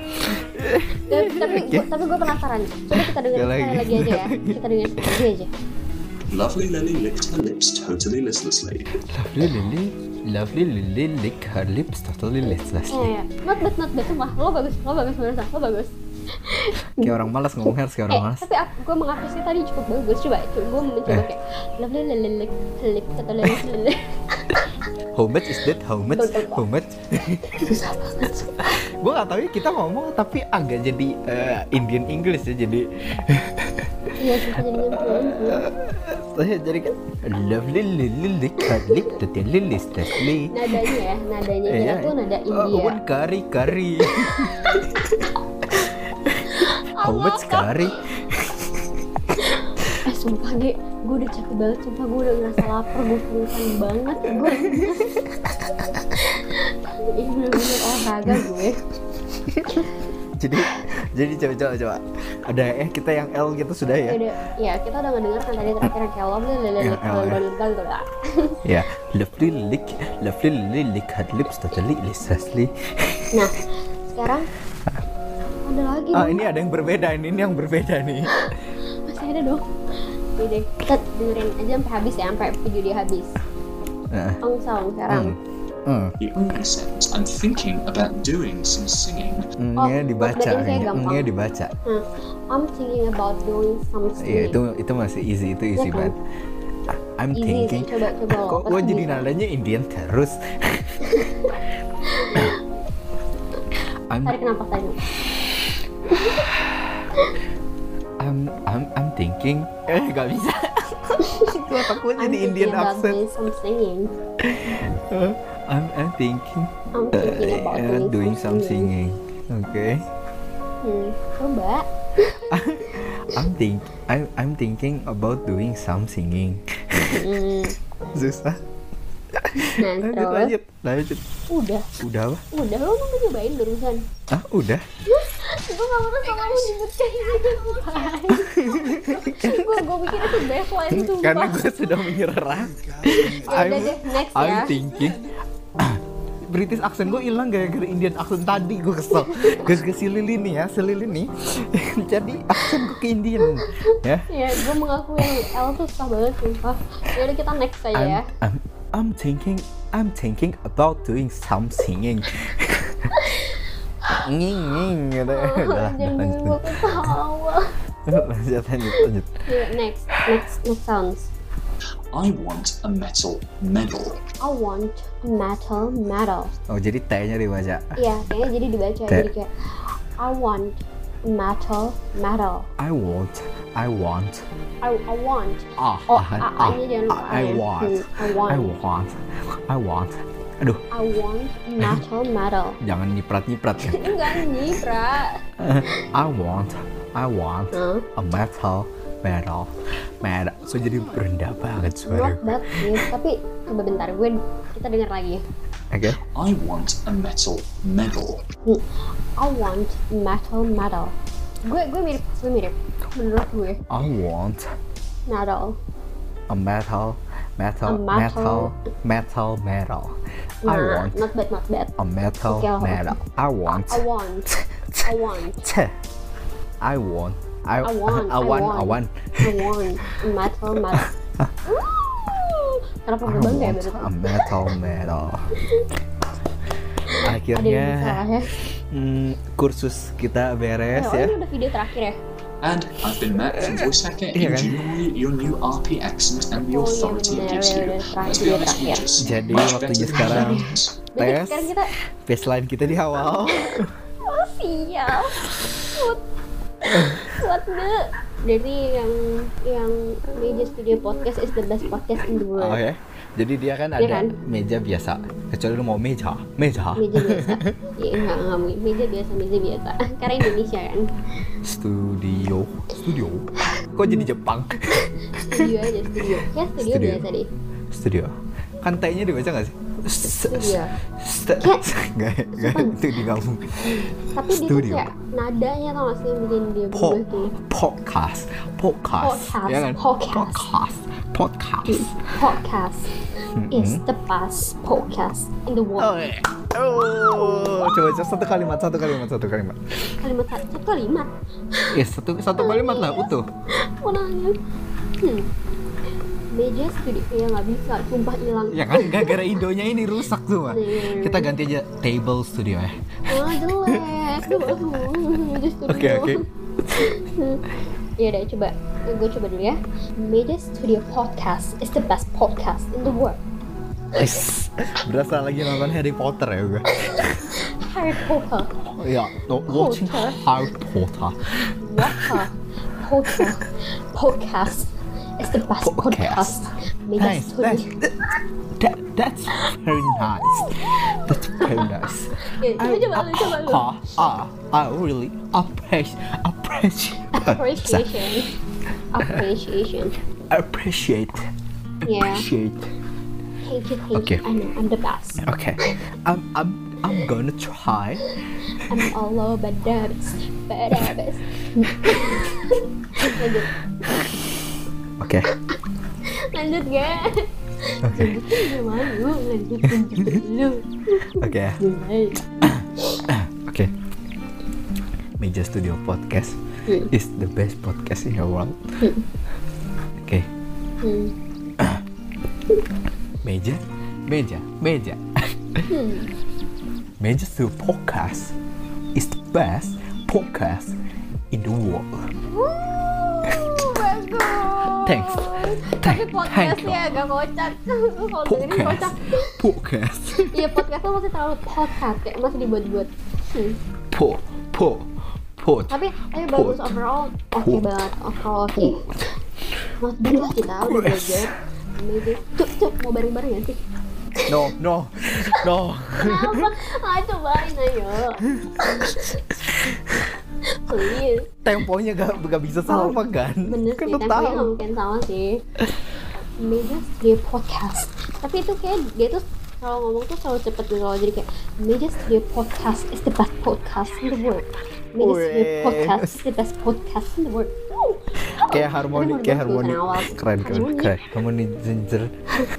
Speaker 1: tapi tapi gua- tapi gue penasaran coba kita dengerin
Speaker 2: Gak lagi.
Speaker 1: sekali lagi aja ya kita dengerin sekali lagi aja
Speaker 3: Lovely Lily licked her lips, totally listlessly.
Speaker 2: Lovely Lily Lovely Lily lick her lips totally
Speaker 1: iya
Speaker 2: Leslie
Speaker 1: iya not bad not bad sumpah lo bagus lo bagus barusan lo bagus
Speaker 2: Kayak orang malas ngomong harus kayak
Speaker 1: eh
Speaker 2: orang malas
Speaker 1: tapi gue mengakui sih tadi cukup bagus coba gue mencoba
Speaker 2: Eh.
Speaker 1: kayak lovely lelelek lelek atau lelek lelek
Speaker 2: How much is that? How much? How much? [laughs]
Speaker 1: susah banget sumpah.
Speaker 2: gue gak tau ya kita ngomong tapi agak jadi eh, Indian English ya jadi
Speaker 1: [laughs] iya susah jadinya pelan-pelan.
Speaker 2: saya jadi kan lovely lily lick her lip totally Leslie
Speaker 1: nadanya ya nadanya kita
Speaker 2: Iya,
Speaker 1: tuh
Speaker 2: iya.
Speaker 1: nada
Speaker 2: Oh,
Speaker 1: India
Speaker 2: Wan kari kari. How much kari?
Speaker 1: eh sumpah gue gue udah capek banget sumpah gue udah ngerasa lapar gue pingsan banget gue
Speaker 2: [laughs]
Speaker 1: ini bener-bener olahraga gue
Speaker 2: Jadi jadi coba coba coba. Ada eh kita yang L gitu sudah ya.
Speaker 1: Yaudah, ya kita udah ngedengarkan tadi terakhir yang kayak love
Speaker 2: Iya, iya. Ya. Lovely lick, lovely lily lick her lips totally listlessly.
Speaker 1: Nah, sekarang ada lagi
Speaker 2: Ah
Speaker 1: dong.
Speaker 2: ini ada yang berbeda ini, ini yang berbeda nih.
Speaker 1: masih ada dong. Yaudah, deh, kita dengerin aja sampai habis ya, sampai video dia habis.
Speaker 2: Nah.
Speaker 1: Song song sekarang.
Speaker 2: Hmm. Hmm.
Speaker 3: The only sentence I'm thinking about doing some singing.
Speaker 1: Oh,
Speaker 2: Ngnya Hmm, dibaca,
Speaker 1: buat badan saya gampang.
Speaker 2: ngnya dibaca.
Speaker 1: Nah, I'm thinking about doing something.
Speaker 2: Iya itu itu masih easy itu easy
Speaker 1: Iya, kan?
Speaker 2: banget. Ah, I'm
Speaker 1: Easy sih,
Speaker 2: thinking.
Speaker 1: coba coba. lo,
Speaker 2: Kok gue
Speaker 1: pasti
Speaker 2: jadi
Speaker 1: bisa.
Speaker 2: nadanya Indian terus? I'm
Speaker 1: Tarik nafas tadi.
Speaker 2: I'm I'm I'm thinking eh gak bisa. [laughs] Itu otak gue
Speaker 1: I'm
Speaker 2: jadi
Speaker 1: thinking
Speaker 2: Indian
Speaker 1: about
Speaker 2: accent.
Speaker 1: doing something.
Speaker 2: I'm I'm thinking
Speaker 1: I'm
Speaker 2: uh,
Speaker 1: thinking about
Speaker 2: uh, doing some
Speaker 1: something.
Speaker 2: singing. Oke.
Speaker 1: Hmm, coba.
Speaker 2: I'm think I'm I'm thinking about doing some singing. [laughs]
Speaker 1: Hmm.
Speaker 2: Susah.
Speaker 1: Nah,
Speaker 2: Lanjut
Speaker 1: terus
Speaker 2: lanjut lanjut.
Speaker 1: udah
Speaker 2: Udah apa?
Speaker 1: udah lo mau nyobain barusan
Speaker 2: Ah udah.
Speaker 1: gue gak pernah sama lo nyebut kayak gitu
Speaker 2: [laughs]
Speaker 1: gue gue pikir itu baseline tuh
Speaker 2: Karena gue sudah menyerah.
Speaker 1: Ya udah deh next
Speaker 2: I'm
Speaker 1: ya
Speaker 2: thinking. [coughs] British accent gue hilang gara-gara Indian accent tadi gue kesel. Gue ke si Lili nih ya, si Lili nih. [laughs] Jadi aksen gue ke Indian. Ya.
Speaker 1: ya gue mengakui L tuh susah banget sumpah yaudah kita next aja ya
Speaker 2: I'm, [laughs] I'm, I'm thinking, I'm thinking about doing some singing. [laughs] Nging nging
Speaker 1: [laughs]
Speaker 2: gitu. Udah,
Speaker 1: jangan
Speaker 2: udah,
Speaker 1: bikin
Speaker 2: lanjut,
Speaker 1: gue ketawa
Speaker 2: lanjut, [laughs] lanjut,
Speaker 1: Yaudah,
Speaker 2: lanjut.
Speaker 1: Ya, next next next sounds
Speaker 3: I want a metal medal.
Speaker 1: I want a metal medal
Speaker 2: Oh jadi T-nya dibaca.
Speaker 1: iya kayaknya jadi dibaca
Speaker 2: Kayak-
Speaker 1: jadi kayak I want a metal medal
Speaker 2: I want, I want,
Speaker 1: I, I want
Speaker 2: ah,
Speaker 1: Oh,
Speaker 2: ah,
Speaker 1: A-
Speaker 2: ah,
Speaker 1: A-nya jangan lupa,
Speaker 2: I
Speaker 1: A-nya.
Speaker 2: want,
Speaker 1: Hmm, I want.
Speaker 2: I want, I want. Aduh,
Speaker 1: I want a metal medal
Speaker 2: jangan nyiprat-nyiprat kan.
Speaker 1: enggak nih Pra
Speaker 2: I want, I want
Speaker 1: Huh?
Speaker 2: a metal, metal, metal. So jadi rendah banget suara.
Speaker 1: Not bad sih, tapi coba bentar gue kita dengar lagi. ya.
Speaker 2: Oke.
Speaker 3: I want a metal medal.
Speaker 1: Hmm. I want metal medal. Gue gue mirip, gue mirip. Menurut gue
Speaker 2: I want
Speaker 1: medal.
Speaker 2: a metal, metal,
Speaker 1: A metal-
Speaker 2: metal, metal, metal. I
Speaker 1: Nah,
Speaker 2: want
Speaker 1: not bad, not bad.
Speaker 2: a metal,
Speaker 1: Okay, I'll-
Speaker 2: metal. I want.
Speaker 1: I want, I want,
Speaker 2: Tch. I want. [laughs] I,
Speaker 1: I want, I
Speaker 2: I want. I want.
Speaker 1: want. I want a metal,
Speaker 2: [laughs]
Speaker 1: metal. Ooh, Kenapa
Speaker 2: I
Speaker 1: berbang ya
Speaker 2: want
Speaker 1: betul?
Speaker 2: a metal,
Speaker 1: [laughs]
Speaker 2: metal.
Speaker 1: Ada yang
Speaker 2: Akhirnya
Speaker 1: salah ya?
Speaker 2: hmm, kursus kita
Speaker 1: Eh,
Speaker 2: beres
Speaker 1: oh,
Speaker 2: ya.
Speaker 1: ini udah video terakhir ya?
Speaker 3: And I've been Matt from Voice Hacker,
Speaker 2: Yeah.
Speaker 3: enjoy your new RP accent and the
Speaker 1: Oh, yeah,
Speaker 3: authority it
Speaker 1: yeah,
Speaker 3: gives
Speaker 1: yeah,
Speaker 3: you.
Speaker 1: yeah,
Speaker 3: Let's
Speaker 1: yeah,
Speaker 3: be honest,
Speaker 1: yeah.
Speaker 3: you're just
Speaker 2: Jadi
Speaker 3: much
Speaker 2: waktunya
Speaker 3: better than
Speaker 2: sekarang.
Speaker 3: Americans.
Speaker 1: Udah,
Speaker 2: Tes.
Speaker 1: Sekarang kita,
Speaker 2: Baseline kita di
Speaker 1: [laughs]
Speaker 2: awal.
Speaker 1: oh sial. What, what the? Dari yang yang Meja Studio Podcast is the best podcast in the world.
Speaker 2: Oke. Jadi dia kan
Speaker 1: Iya
Speaker 2: ada
Speaker 1: kan?
Speaker 2: meja biasa. Kecuali lu mau meja, meja.
Speaker 1: Meja biasa. Iya, enggak, enggak, mungkin. meja biasa, meja biasa. Karena Indonesia kan.
Speaker 2: Studio, studio. Kok
Speaker 1: Hmm.
Speaker 2: jadi Jepang?
Speaker 1: Studio aja, studio. Ya, studio,
Speaker 2: Studio.
Speaker 1: biasa deh.
Speaker 2: studio. Kan T-nya dibaca nggak sih? S- s-
Speaker 1: Iya.
Speaker 2: s- [laughs] Nggak, nggak, itu di kampung.
Speaker 1: Tapi dia tuh
Speaker 2: Studio.
Speaker 1: kayak nadanya tau gak sih yang bikin dia
Speaker 2: Po,
Speaker 1: berubah tuh.
Speaker 2: podcast, podcast,
Speaker 1: Podcast,
Speaker 2: ya kan?
Speaker 1: podcast.
Speaker 2: podcast, podcast.
Speaker 1: Podcast is
Speaker 2: Mm-hmm.
Speaker 1: the best podcast in the world.
Speaker 2: Oh, iya. Oh, coba coba satu kalimat, satu kalimat, satu kalimat.
Speaker 1: Kalimat satu kalimat.
Speaker 2: Ya satu satu kalimat lah utuh.
Speaker 1: Mau nangis. Hmm. Meja studio ya nggak bisa, sumpah hilang.
Speaker 2: Ya kan, gara-gara idonya ini rusak semua. Kita ganti aja table studio ya.
Speaker 1: Wah Oh, jelek. Aduh, Meja studio.
Speaker 2: Oke, oke.
Speaker 1: Ya udah coba, gue coba dulu ya. Media Studio Podcast is the best podcast in the world.
Speaker 2: Yes. Berasa lagi nonton Harry Potter ya gue.
Speaker 1: Harry Potter,
Speaker 2: Ya, no, watching Harry Potter
Speaker 1: Water, Potter, Podcast is the best
Speaker 2: Podcast.
Speaker 1: podcast. Media
Speaker 2: Nice, nice.
Speaker 1: Studio.
Speaker 2: That, that's very nice. That's very nice.
Speaker 1: Ya, coba coba lu, coba lu.
Speaker 2: Ah, ah, I really appreciate, appreciate,
Speaker 1: Appreciation, appreciation.
Speaker 2: appreciate,
Speaker 1: Yeah.
Speaker 2: appreciate.
Speaker 1: Thank you, thank
Speaker 2: Okay.
Speaker 1: you. I know, I'm the best.
Speaker 2: Okay, I'm, I'm, I'm gonna try.
Speaker 1: I'm all over the best, best. lanjut,
Speaker 2: Oke,
Speaker 1: lanjut gak? Lanjutin gak malu, lanjutin juga dulu.
Speaker 2: oke,
Speaker 1: Gimana?
Speaker 2: oke. Meja Studio Podcast
Speaker 1: Hmm.
Speaker 2: is the best podcast in the world. Oke,
Speaker 1: Hmm.
Speaker 2: meja, meja, meja.
Speaker 1: Hmm.
Speaker 2: Meja Studio Podcast is the best podcast in the world.
Speaker 1: Wuh, bagus.
Speaker 2: Thanks.
Speaker 1: Tapi
Speaker 2: Thank- thank you.
Speaker 1: podcastnya agak kocak. Kalau dengerin kocak.
Speaker 2: Podcast, podcast,
Speaker 1: Iya podcastnya masih terlalu podcast kayak masih dibuat-buat. Hmm.
Speaker 2: po, po, po.
Speaker 1: Tapi tapi bagus
Speaker 2: Pod.
Speaker 1: overall. Oke
Speaker 2: Pod.
Speaker 1: banget. Overall oke. Mas bagus kita udah
Speaker 2: Yes.
Speaker 1: belajar. Amazing. Cuk cuk mau bareng-bareng ya sih?
Speaker 2: No, no, no.
Speaker 1: Kenapa? Ah cobain ayo. Please.
Speaker 2: Temponya gak, gak bisa sama kan?
Speaker 1: Oh, bener
Speaker 2: kan
Speaker 1: sih
Speaker 2: lu
Speaker 1: temponya
Speaker 2: tahu.
Speaker 1: nggak mungkin sama sih meja studio podcast tapi itu kayak dia tuh kalau ngomong tuh selalu cepet gitu loh jadi kayak meja studio podcast is the best podcast in the world meja studio
Speaker 2: Wes.
Speaker 1: podcast is the best podcast in the world Wow.
Speaker 2: Kayak harmoni,
Speaker 1: Tapi
Speaker 2: kayak
Speaker 1: baru
Speaker 2: harmoni.
Speaker 1: baru awal.
Speaker 2: [laughs] Keren, keren,
Speaker 1: Harmoni.
Speaker 2: keren. Harmoni Ginger.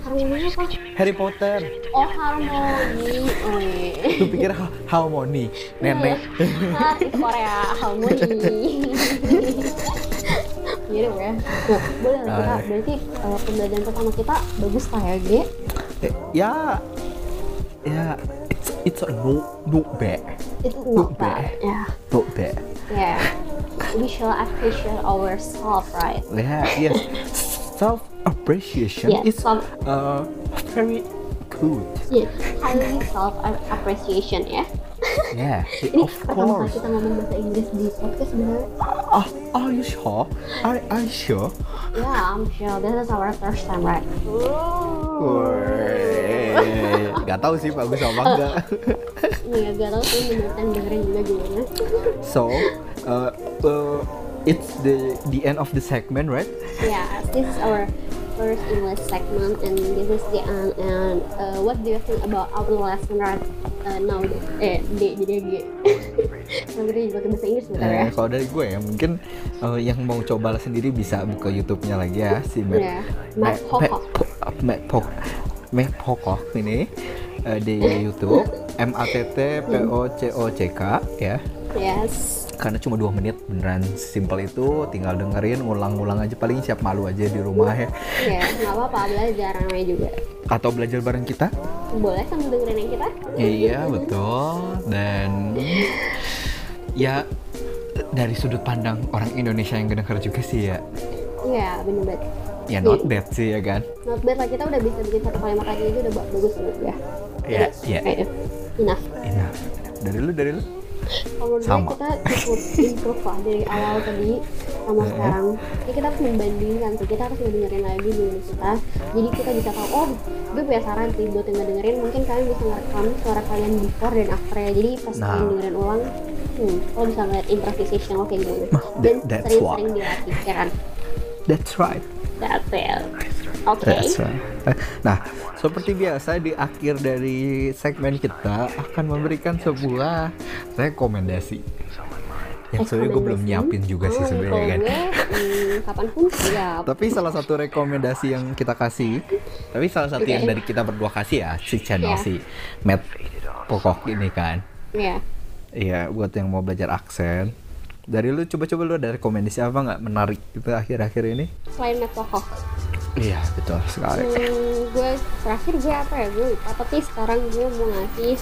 Speaker 1: harmoni apa
Speaker 2: Harry Potter.
Speaker 1: oh harmoni Wih.
Speaker 2: Lu pikir ha- harmoni, nenek.
Speaker 1: Ah, di Korea harmoni gitu ya Tuh, boleh lah kita
Speaker 2: Ah.
Speaker 1: berarti eh, pembelajaran pertama kita bagus lah ya G
Speaker 2: Eh, Ya, ya, it's it's a no no bad,
Speaker 1: itu not
Speaker 2: Not
Speaker 1: bad
Speaker 2: bad.
Speaker 1: ya
Speaker 2: no bad.
Speaker 1: ya we shall appreciate ourselves right
Speaker 2: Yeah, Ya, yes. Self appreciation
Speaker 1: Yes,
Speaker 2: is
Speaker 1: Iya, self-
Speaker 2: uh very good.
Speaker 1: yes highly self appreciation ya
Speaker 2: Yeah,
Speaker 1: ini
Speaker 2: of
Speaker 1: pertama kali
Speaker 2: course.
Speaker 1: kita ngomong bahasa Inggris di podcast bener
Speaker 2: Are, are you sure? Are, are you sure?
Speaker 1: ya I'm sure this is our first time right Oh.
Speaker 2: Wey, Gak tau sih bagus apa enggak.
Speaker 1: [laughs] Nih, Iya, gak tau sih menurutkan dengerin juga gimana
Speaker 2: So, uh, uh, it's the the end of the segment, right?
Speaker 1: yeah this is our first English segment and this is the end and [laughs] uh, what do you think about our lesson right uh, now eh D D D G Sebenarnya juga pakai bahasa Inggris bentar ya.
Speaker 2: Eh, kalau dari gue ya mungkin eh, yang mau coba sendiri bisa buka YouTube-nya lagi ya si Matt
Speaker 1: Iya. Matt
Speaker 2: Matt-
Speaker 1: Pocock.
Speaker 2: Matt- Matt Pocock Matt Pocock ini eh, di YouTube M A T T P O C O C K ya
Speaker 1: Yes.
Speaker 2: karena cuma dua menit beneran simpel itu tinggal dengerin ulang-ulang aja paling siap malu aja di rumah ya
Speaker 1: Ya, nggak apa-apa belajar namanya juga.
Speaker 2: atau belajar bareng kita
Speaker 1: Boleh sambil dengerin yang kita?
Speaker 2: Iya betul dan ya dari sudut pandang orang Indonesia yang kedenger juga sih ya
Speaker 1: Iya, bener banget.
Speaker 2: ya not bad sih ya kan
Speaker 1: Not bad lah, kita udah bisa bikin satu kalimat aja itu udah ba- bagus banget ya.
Speaker 2: Iya,
Speaker 1: Bagus,
Speaker 2: iya.
Speaker 1: kayaknya. Enough.
Speaker 2: Nah, dari lu dari lu
Speaker 1: Kalau dulu
Speaker 2: Sama.
Speaker 1: kita
Speaker 2: [laughs]
Speaker 1: cukup improve lah dari awal tadi sama
Speaker 2: Iya.
Speaker 1: sekarang. Jadi kita harus membandingkan tuh, kita harus ngedengerin lagi dulu kita. Jadi kita bisa tahu, oh gue punya saran sih buat yang ngedengerin, mungkin kalian bisa ngerekam suara kalian before dan after ya. Jadi pas
Speaker 2: Nah.
Speaker 1: kalian dengerin ulang, hmm, lo bisa ngeliat improvisation lo kayak gimana. Dan
Speaker 2: that- that's
Speaker 1: sering-sering dilatih, ya kan?
Speaker 2: that's right
Speaker 1: That's it. Oke.
Speaker 2: That's right. Eh, Nah, seperti biasa di akhir dari segmen kita akan memberikan sebuah rekomendasi. Yang sebenarnya gue belum
Speaker 1: Rekomendasi.
Speaker 2: nyiapin juga sih
Speaker 1: Oh,
Speaker 2: sebenarnya
Speaker 1: kalau
Speaker 2: kan.
Speaker 1: gue, [laughs] hmm, kapanpun siap.
Speaker 2: Tapi salah satu rekomendasi yang kita kasih, tapi salah satu yang dari kita berdua kasih ya si
Speaker 1: Iya.
Speaker 2: channel si Matt Pokok ini kan.
Speaker 1: Iya.
Speaker 2: Iya, buat yang mau belajar aksen. Dari lu coba-coba lu ada rekomendasi apa nggak menarik gitu akhir-akhir ini?
Speaker 1: Selain Metlohok.
Speaker 2: Iya, betul sekali.
Speaker 1: Hmm, gue terakhir gue apa ya gue lupa tapi sekarang gue mau ngasih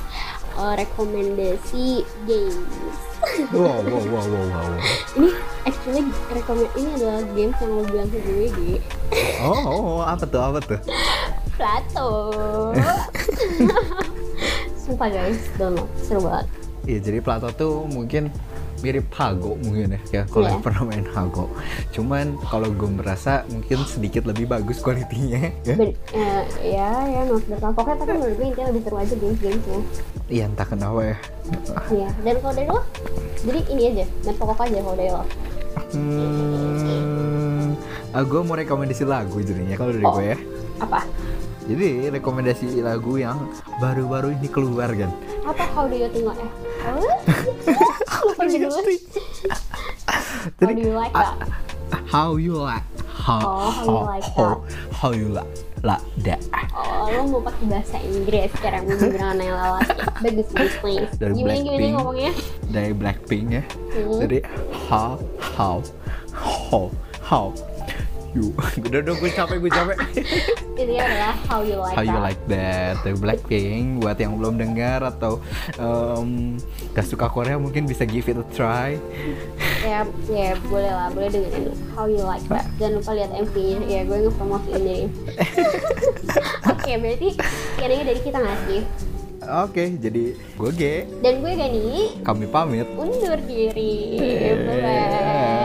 Speaker 1: eh, rekomendasi games
Speaker 2: Wow, wow, wow, wow, wow.
Speaker 1: ini actually rekomend ini adalah games yang lo bilang ke gue di
Speaker 2: Oh, oh, oh, apa tuh, apa tuh?
Speaker 1: Plato sumpah guys download seru banget
Speaker 2: Iya jadi Plato tuh mungkin mirip Hago mungkin ya, ya kalau
Speaker 1: Iya.
Speaker 2: yang pernah main Hago. Cuman kalau gue merasa mungkin sedikit lebih bagus kualitinya. ya.
Speaker 1: Ben- eh, ya ya nggak bertanggung pokoknya tapi menurut gue intinya lebih seru aja games gamesnya
Speaker 2: Iya entah kenapa ya.
Speaker 1: iya dan kalau dari lo jadi ini aja dan pokok aja kalau dari lo
Speaker 2: Hmm, gue mau rekomendasi lagu jadinya kalau dari gue ya.
Speaker 1: apa
Speaker 2: Jadi rekomendasi lagu yang baru-baru ini keluar kan.
Speaker 1: apa how do you think eh
Speaker 2: [laughs]
Speaker 1: apa? lupa judulnya how do
Speaker 2: Jadi
Speaker 1: you like that
Speaker 2: how you like how
Speaker 1: Oh, how you like
Speaker 2: how, how you like like that.
Speaker 1: Oh, lo mau pakai bahasa Inggris sekarang mau bilang aneh lawas. Bagus, bagus, please.
Speaker 2: Dari
Speaker 1: gimana, gimana
Speaker 2: Blackpink.
Speaker 1: ngomongnya?
Speaker 2: dari Blackpink ya.
Speaker 1: Hmm.
Speaker 2: Jadi how how how how you [laughs] udah udah gue capek gue
Speaker 1: [laughs]
Speaker 2: capek
Speaker 1: Itu ya, adalah how you like
Speaker 2: how you
Speaker 1: that.
Speaker 2: like that dari Blackpink buat yang belum dengar atau em, gak suka Korea mungkin bisa give it a try
Speaker 1: Ya, ya boleh lah, boleh dengerin how you like that. Jangan lupa lihat MV-nya. Ya, gue ngepromosiin
Speaker 2: [laughs]
Speaker 1: diri. Oke, berarti sekarangnya dari kita nggak sih?
Speaker 2: oke jadi gue G
Speaker 1: Dan gue Gani
Speaker 2: kami pamit Eh.
Speaker 1: undur diri. Bye.